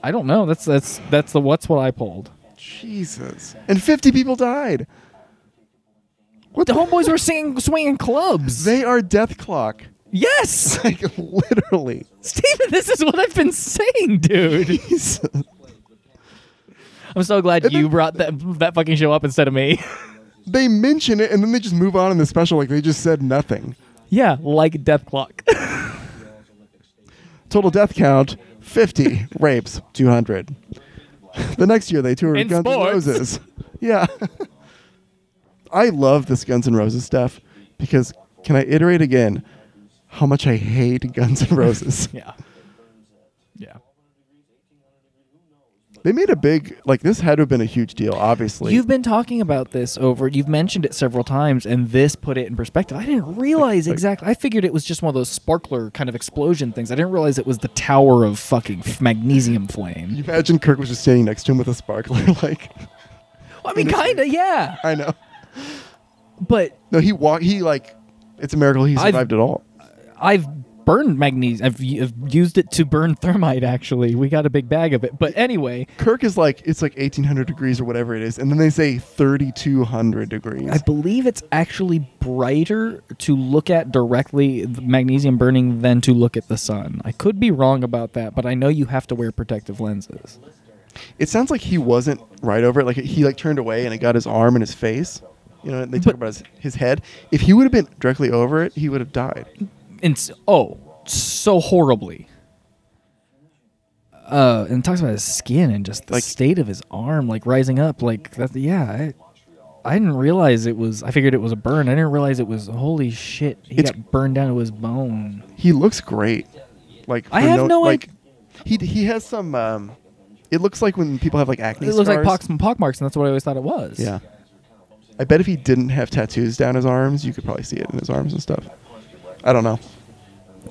Speaker 8: I don't know. That's that's that's the what's what I pulled.
Speaker 7: Jesus, and fifty people died.
Speaker 8: The homeboys were singing swinging clubs.
Speaker 7: They are death clock.
Speaker 8: yes.
Speaker 7: Like literally.
Speaker 8: Steven, this is what I've been saying, dude.
Speaker 7: Jesus.
Speaker 8: I'm so glad
Speaker 7: And
Speaker 8: you
Speaker 7: then-
Speaker 8: brought that that fucking show up instead of me.
Speaker 7: They mention it and then they just move on in the special like they just said nothing.
Speaker 8: yeah, like Death Clock.
Speaker 7: Total death count 50 rapes 200. The next year they toured
Speaker 8: In
Speaker 7: with Guns N'
Speaker 8: sports.
Speaker 7: Roses. Yeah. I love this Guns N' Roses stuff because can I iterate again how much I hate Guns N' Roses?
Speaker 8: yeah. Yeah.
Speaker 7: they made a big like this had to have been a huge deal obviously.
Speaker 8: You've been talking about this over. You've mentioned it several times, and this put it in perspective. I didn't realize exactly. I figured it was just one of those sparkler kind of explosion things. I didn't realize it was the tower of fucking f- magnesium flame.
Speaker 7: you imagine Kirk was just standing next to him with a sparkler like
Speaker 8: I mean, kind of, yeah.
Speaker 7: I know.
Speaker 8: But
Speaker 7: No, he walked. He like, it's a miracle he
Speaker 8: I've-
Speaker 7: survived at all.
Speaker 8: I've burned magnesium. I've, u- I've used it to burn thermite. Actually, we got a big bag of it. But anyway,
Speaker 7: Kirk is like, it's like eighteen hundred degrees or whatever it is, and then they say thirty two hundred degrees.
Speaker 8: I believe it's actually brighter to look at directly the magnesium burning than to look at the sun. I could be wrong about that, but I know you have to wear protective lenses.
Speaker 7: it sounds like he wasn't right over it. Like he like turned away and it got his arm and his face. You know, they talk
Speaker 8: But-
Speaker 7: about his, his head. If he would have been directly over it, he would have died.
Speaker 8: And s- oh, so horribly. Uh, and it talks about his skin and just the
Speaker 7: Like-
Speaker 8: state of his arm, like rising up, like that. Yeah, I, I didn't realize it was. I figured it was a burn. I didn't realize it was. Holy shit! He
Speaker 7: It's-
Speaker 8: got burned down to his bone.
Speaker 7: He looks great. Like
Speaker 8: I
Speaker 7: for
Speaker 8: have no
Speaker 7: like.
Speaker 8: id-
Speaker 7: He he has some. um It looks like when people have like acne.
Speaker 8: It looks like
Speaker 7: scars.
Speaker 8: pox, pock marks, and that's what I always thought it was.
Speaker 7: Yeah. I bet if he didn't have tattoos down his arms, you could probably see it in his arms and stuff. I don't know.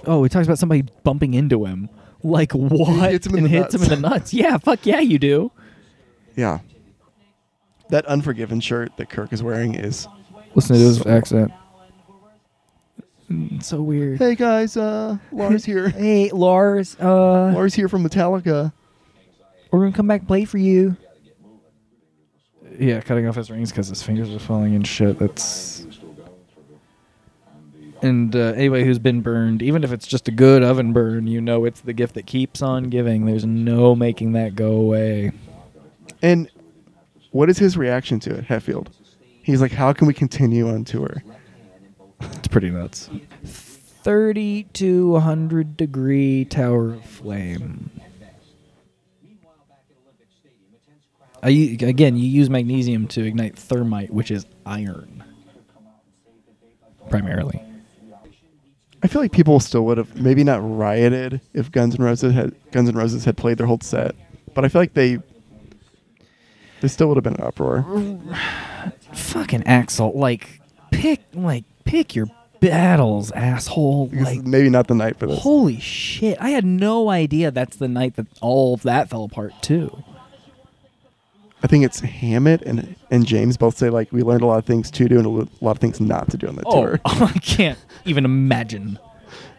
Speaker 8: Oh, he talks about somebody bumping into him. Like what?
Speaker 7: hits him in
Speaker 8: and
Speaker 7: the
Speaker 8: hits him in the nuts. Yeah, fuck yeah, you do.
Speaker 7: Yeah. That Unforgiven shirt that Kirk is wearing is.
Speaker 8: Listen to his accent. It's Mm, so weird.
Speaker 7: Hey guys, uh, Lars here.
Speaker 8: Hey, Lars. Uh,
Speaker 7: Lars here from Metallica.
Speaker 8: we're gonna come back and play for you.
Speaker 10: Yeah, cutting off his rings because his fingers are falling and shit. That's
Speaker 8: And uh, anybody who's been burned, even if it's just a good oven burn, you know it's the gift that keeps on giving. There's no making that go away.
Speaker 7: And what is his reaction to it, Hetfield? He's like, how can we continue on tour?
Speaker 10: it's pretty nuts.
Speaker 8: Thirty to 100 degree tower of flame. I, u- again, you use magnesium to ignite thermite, which is iron, primarily.
Speaker 7: I feel like people still would have maybe not rioted if Guns N' Roses had Guns N' Roses had played their whole set, but I feel like they they still would have been an uproar.
Speaker 8: Fucking Axel, like pick, like pick your battles, asshole.
Speaker 7: Because
Speaker 8: Like
Speaker 7: maybe not the night for this.
Speaker 8: Holy shit. I had no idea that's the night that all of that fell apart, too.
Speaker 7: I think it's Hammett and and James both say like we learned a lot of things to do and a lo- lot of things not to do on that
Speaker 8: Oh.
Speaker 7: tour.
Speaker 8: I can't even imagine.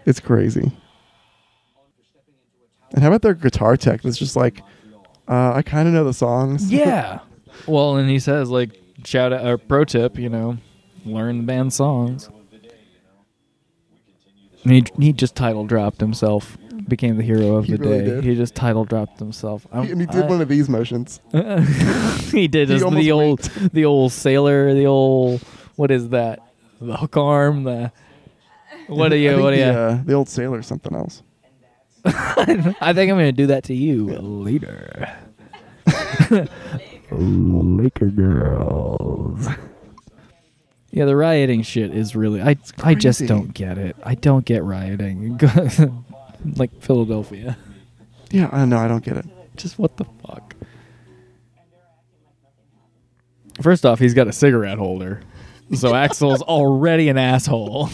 Speaker 7: It's crazy. And how about their guitar tech? That's just like uh, I kind of know the songs.
Speaker 8: Yeah. well, and he says, like, shout out, or pro tip, you know, learn the band songs. And he, he just title dropped himself, became the hero of
Speaker 7: He
Speaker 8: the
Speaker 7: really
Speaker 8: day.
Speaker 7: did.
Speaker 8: He just title dropped himself. I'm-
Speaker 7: and he did
Speaker 8: I-
Speaker 7: one of these motions.
Speaker 8: he did
Speaker 7: He
Speaker 8: his,
Speaker 7: almost
Speaker 8: the old the old sailor the old what is that the hook arm the what are
Speaker 7: I
Speaker 8: you
Speaker 7: think
Speaker 8: what are
Speaker 7: the,
Speaker 8: you
Speaker 7: uh, the old sailor, something else.
Speaker 8: I think I'm gonna do that to you later. Laker girls. Yeah, the rioting shit is really. I I just
Speaker 7: crazy.
Speaker 8: don't get it. I don't get rioting. like Philadelphia.
Speaker 7: Yeah, I know. I don't get it.
Speaker 8: Just what the fuck. First off, he's got a cigarette holder, so Axel's already an asshole.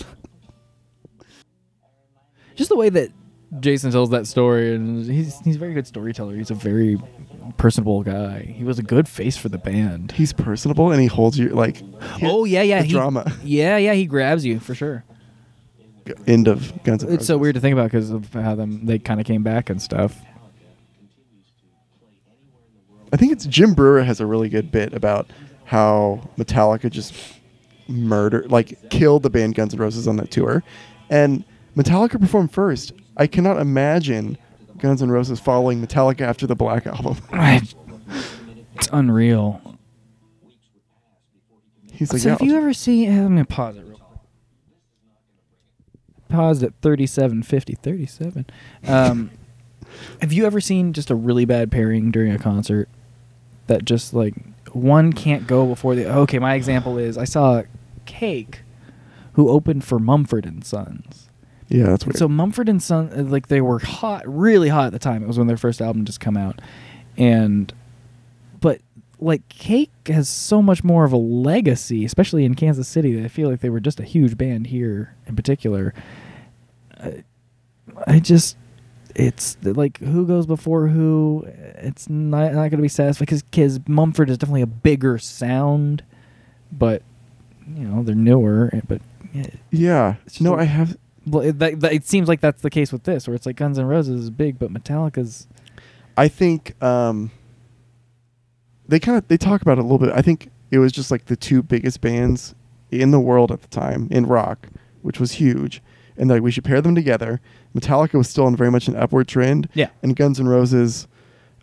Speaker 8: Just the way that Jason tells that story, and he's he's a very good storyteller. He's a very personable guy. He was a good face for the band.
Speaker 7: He's personable and he holds you like. he-
Speaker 8: Oh yeah, yeah,
Speaker 7: the
Speaker 8: he,
Speaker 7: drama.
Speaker 8: Yeah, yeah, he grabs you for sure.
Speaker 7: End of Guns N' Roses.
Speaker 8: It's so weird to think about because of how them they kind of came back and stuff.
Speaker 7: I think it's Jim Brewer has a really good bit about how Metallica just murdered, like killed the band Guns N' Roses on that tour, and Metallica performed first. I cannot imagine Guns N' Roses following Metallica after the Black Album.
Speaker 8: it's unreal.
Speaker 7: He's like,
Speaker 8: so
Speaker 7: yeah,
Speaker 8: have you ever seen? I'm gonna pause it real quick. Pause at 3750, 37. Um, have you ever seen just a really bad pairing during a concert that just like one can't go before the? Okay, my example is I saw Cake, who opened for Mumford and Sons.
Speaker 7: yeah, that's weird.
Speaker 8: So Mumford and Son, uh, like they were hot, really hot at the time. It was when their first album just come out, and but like Cake has so much more of a legacy, especially in Kansas City. That I feel like they were just a huge band here in particular. Uh, I, I just. It's like who goes before who. It's not, not going to be satisfied because because Mumford is definitely a bigger sound, but you know they're newer. and- But yeah,
Speaker 7: yeah,
Speaker 8: just
Speaker 7: no,
Speaker 8: a-
Speaker 7: I have.
Speaker 8: well, it, that, that- it seems like that's the case with this, where it's like Guns N' Roses is big, but Metallica's.
Speaker 7: I think um, they kind of they talk about it a little bit. I think it was just like the two biggest bands in the world at the time in rock, which was huge, and like we should pair them together. Metallica was still on very much an upward trend,
Speaker 8: Yeah.
Speaker 7: and Guns N' Roses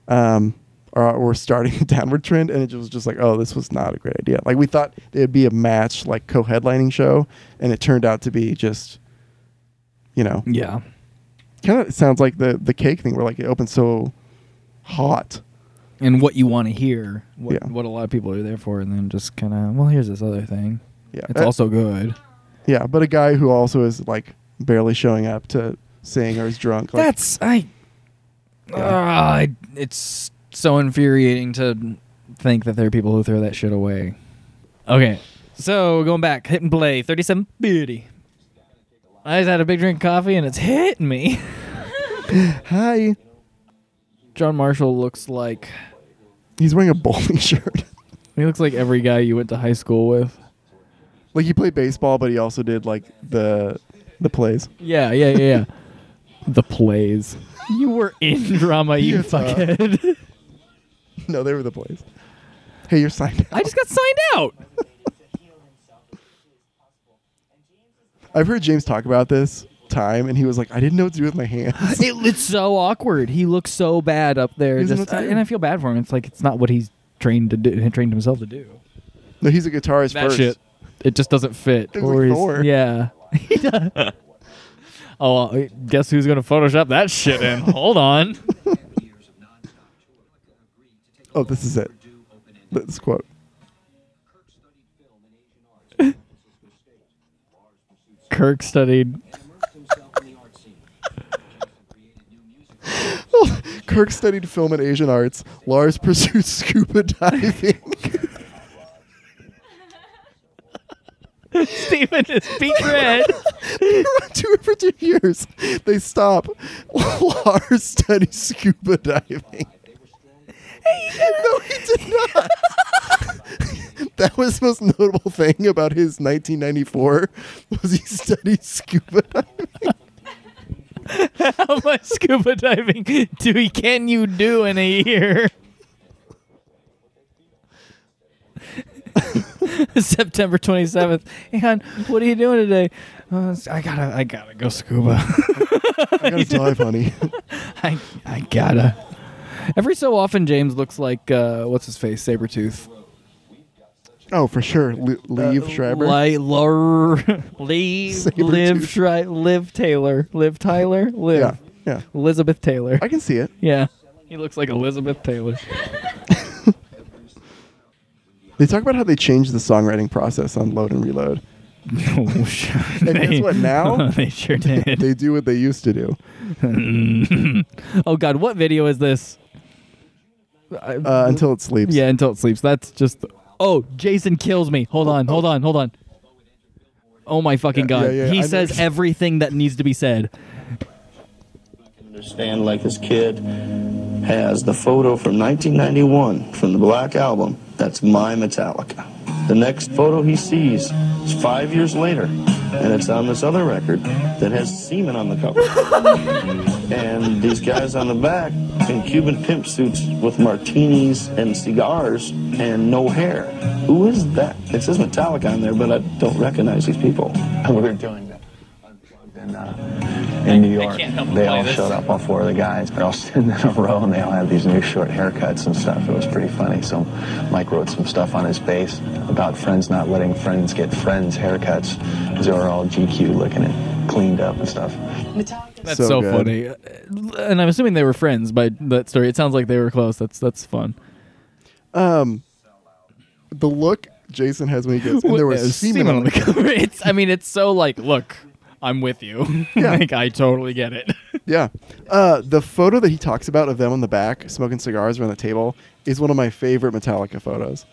Speaker 7: um, are were starting a downward trend, and it was just like, oh, this was not a great idea. Like we thought it'd be a match, like co-headlining show, and it turned out to be just, you know,
Speaker 8: Yeah.
Speaker 7: kind of sounds like the the cake thing, where like it opened so hot.
Speaker 8: And what you want to hear, what,
Speaker 7: Yeah.
Speaker 8: what a lot of people are there for, and then just kind of, well, here's this other thing.
Speaker 7: Yeah,
Speaker 8: It's
Speaker 7: that-
Speaker 8: also good.
Speaker 7: yeah, but a guy who also is like barely showing up to sing or is drunk. Like,
Speaker 8: That's. I. Ah, I- it's so infuriating to think that there are people who throw that shit away. Okay. So going back, hit and play, thirty-seven beauty. I just had a big drink of coffee and it's hitting me.
Speaker 7: Hi.
Speaker 8: John Marshall looks like
Speaker 7: He's wearing a bowling shirt.
Speaker 8: he looks like every guy you went to high school with.
Speaker 7: like he played baseball, but he also did like the the plays.
Speaker 8: Yeah, yeah, yeah, yeah. the plays. You were in drama, you
Speaker 7: Yes, uh,
Speaker 8: fuckhead.
Speaker 7: No, they were the plays. Hey, you're signed.
Speaker 8: I just got signed out.
Speaker 7: I've heard James talk about this time, and he was like, "I didn't know what to do with my hands."
Speaker 8: It, it's so awkward. He looks so bad up there.
Speaker 7: He's an
Speaker 8: Just,
Speaker 7: Italian.
Speaker 8: and I feel bad for him. It's like it's not what he's trained to do. Trained himself to do.
Speaker 7: no, he's a guitarist
Speaker 8: That
Speaker 7: first.
Speaker 8: shit. It just doesn't fit.
Speaker 7: Looks like
Speaker 8: he's-
Speaker 7: Thor.
Speaker 8: yeah. oh, well, guess who's gonna Photoshop that shit in? Hold on.
Speaker 7: Oh, this is it. This quote.
Speaker 8: Kirk studied.
Speaker 7: Kirk studied film and Asian arts. Lars pursued scuba diving.
Speaker 8: Steven is beat red.
Speaker 7: they were on tour for two years. They stop. Lars studied scuba diving. no, he did not. that was the most notable thing about his 1994 was he studied scuba diving.
Speaker 8: How much scuba diving do we, can you do in a year? September 27th. Hey, hon, what are you doing today? "Uh, I gotta, I gotta go scuba.
Speaker 7: I gotta dive, honey.
Speaker 8: I, I gotta. Every so often, James looks like uh, what's his face, Sabretooth.
Speaker 7: oh, for sure. Le- leave Schreiber.
Speaker 8: Li- Lor- Lee,
Speaker 7: Sabretooth.
Speaker 8: Liv, Shri- Liv Taylor, Liv Tyler, Liv,
Speaker 7: yeah, yeah.
Speaker 8: Elizabeth Taylor.
Speaker 7: I can see it.
Speaker 8: Yeah, he looks like Elizabeth Taylor.
Speaker 7: They talk about how they changed the songwriting process on Load and Reload.
Speaker 8: oh, sure.
Speaker 7: And guess what? Now
Speaker 8: they sure did.
Speaker 7: they do what they used to do.
Speaker 8: oh God, what video is this?
Speaker 7: Uh, until it sleeps.
Speaker 8: Yeah, until it sleeps. That's just. Oh, Jason kills me. Hold on, hold on, hold on. Oh my fucking
Speaker 7: Yeah,
Speaker 8: god!
Speaker 7: yeah, yeah,
Speaker 8: he
Speaker 7: I know
Speaker 8: says
Speaker 7: exactly-
Speaker 8: everything that needs to be said.
Speaker 11: understand like this kid has the photo from 1991 from the black album that's my metallica the next photo he sees is five years later and it's on this other record that has semen on the cover and these guys on the back in cuban pimp suits with martinis and cigars and no hair who is that it says metallica on there but i don't recognize these people
Speaker 12: We're doing that. Unplugged in, uh, in New York. They all showed up, all four of the guys. They're all sitting in a row and they all had these new short haircuts and stuff. It was pretty funny. So Mike wrote some stuff on his base about friends not letting friends get friends haircuts because they were all GQ looking and cleaned up and stuff.
Speaker 8: That's
Speaker 7: So
Speaker 8: so,
Speaker 7: good.
Speaker 8: funny. Uh, And I'm assuming they were friends by that story. It sounds like they were close. That's that's fun.
Speaker 7: The look Jason has when he gets and there was semen, on
Speaker 8: the cover. It's. I mean, it's so like, look, I'm with you. like I totally get it.
Speaker 7: Yeah. Uh, the photo that he talks about of them on the back smoking cigars around the table is one of my favorite Metallica photos.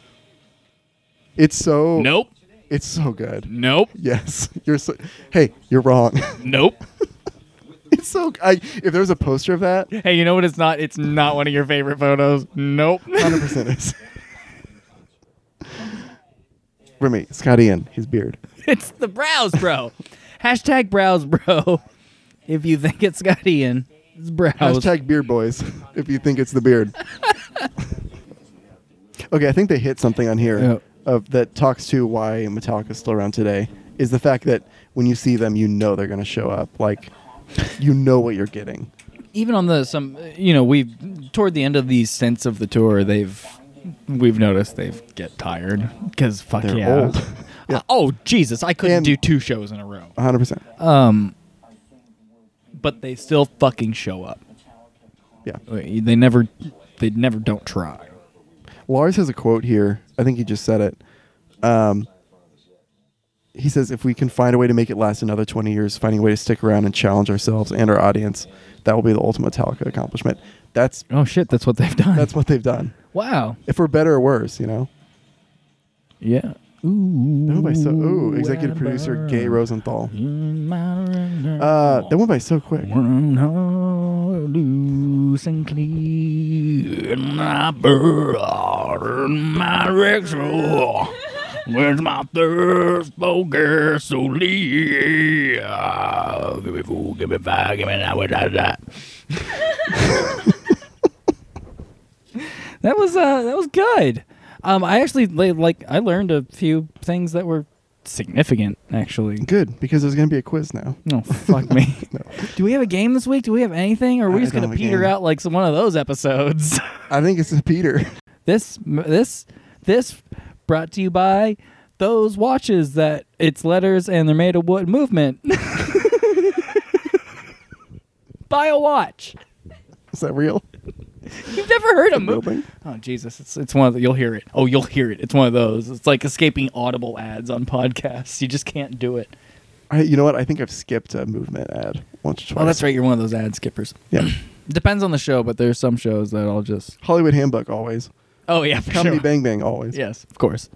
Speaker 7: It's so
Speaker 8: Nope.
Speaker 7: It's so good.
Speaker 8: Nope.
Speaker 7: Yes. You're so Hey, you're wrong.
Speaker 8: Nope.
Speaker 7: it's so I if there was a poster of that,
Speaker 8: Hey, you know what? It's not. It's not one of your favorite photos. Nope.
Speaker 7: 100% is. For me, Scott Ian, his beard.
Speaker 8: it's the brows, bro. Hashtag brows, bro. If you think it's got Ian, it's brows.
Speaker 7: Hashtag beard boys if you think it's the beard. okay, I think they hit something on here
Speaker 8: Yeah.
Speaker 7: of that talks to why Metallica's still around today is the fact that when you see them, you know they're going to show up. Like, you know what you're getting.
Speaker 8: Even on the some, you know, we've toward the end of the sense of the tour, they've we've noticed they've get tired because fuck
Speaker 7: They're
Speaker 8: yeah.
Speaker 7: old. Yeah.
Speaker 8: Uh, oh Jesus, I couldn't
Speaker 7: And-
Speaker 8: do two shows in a row.
Speaker 7: 100%.
Speaker 8: but they still fucking show up.
Speaker 7: Yeah.
Speaker 8: They never they never don't try.
Speaker 7: Lars has a quote here. I think he just said it. Um, he says, if we can find a way to make it last another 20 years, finding a way to stick around and challenge ourselves and our audience, that will be the ultimate Metallica accomplishment. That's,
Speaker 8: Oh shit, that's what they've done.
Speaker 7: that's what they've done.
Speaker 8: wow.
Speaker 7: If we're better or worse, you know?
Speaker 8: Yeah.
Speaker 7: Ooh, that went by so. Ooh, executive producer Gay Rosenthal.
Speaker 8: Mm.
Speaker 7: Uh, that went by so quick.
Speaker 8: Loose and clean, and I burn my ritual with my thirst focus so leave. Give me four, give me five, give me that, what that, that. That was uh, that was good. Um, I actually li- like I learned a few things that were significant. Actually,
Speaker 7: Good, because there's going to be a quiz now.
Speaker 8: no, Oh, fuck me. Do we have a game this week? Do we have anything? Or are we
Speaker 7: I
Speaker 8: just
Speaker 7: don't
Speaker 8: gonna
Speaker 7: have a
Speaker 8: peter
Speaker 7: game.
Speaker 8: out like some, one of those episodes?
Speaker 7: I think it's Peter.
Speaker 8: this this this brought to you by those watches that it's letters and they're made of wood movement. Buy a watch.
Speaker 7: Is that real?
Speaker 8: You've never heard of
Speaker 7: Real
Speaker 8: movement.
Speaker 7: thing?
Speaker 8: Oh Jesus, it's it's one of the, you'll hear it. Oh, you'll hear it. It's one of those. It's like escaping audible ads on podcasts. You just can't do it.
Speaker 7: I, you know what? I think I've skipped a movement ad once or twice.
Speaker 8: Oh, that's right. You're one of those ad skippers.
Speaker 7: Yeah.
Speaker 8: Depends on the show, but there's some shows that I'll just.
Speaker 7: Hollywood Handbook always.
Speaker 8: Oh yeah, for
Speaker 7: Comedy
Speaker 8: sure.
Speaker 7: Bang Bang always.
Speaker 8: Yes, of course.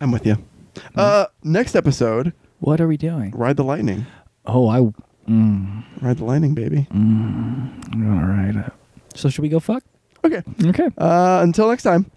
Speaker 7: I'm with you.
Speaker 8: Mm-hmm.
Speaker 7: Uh, next episode,
Speaker 8: What are we doing?
Speaker 7: Ride the Lightning.
Speaker 8: Oh, I. All
Speaker 7: Ride the Lightning, baby.
Speaker 8: Mm. right. So should we go fuck?
Speaker 7: Okay.
Speaker 8: Okay.
Speaker 7: Uh, until next time.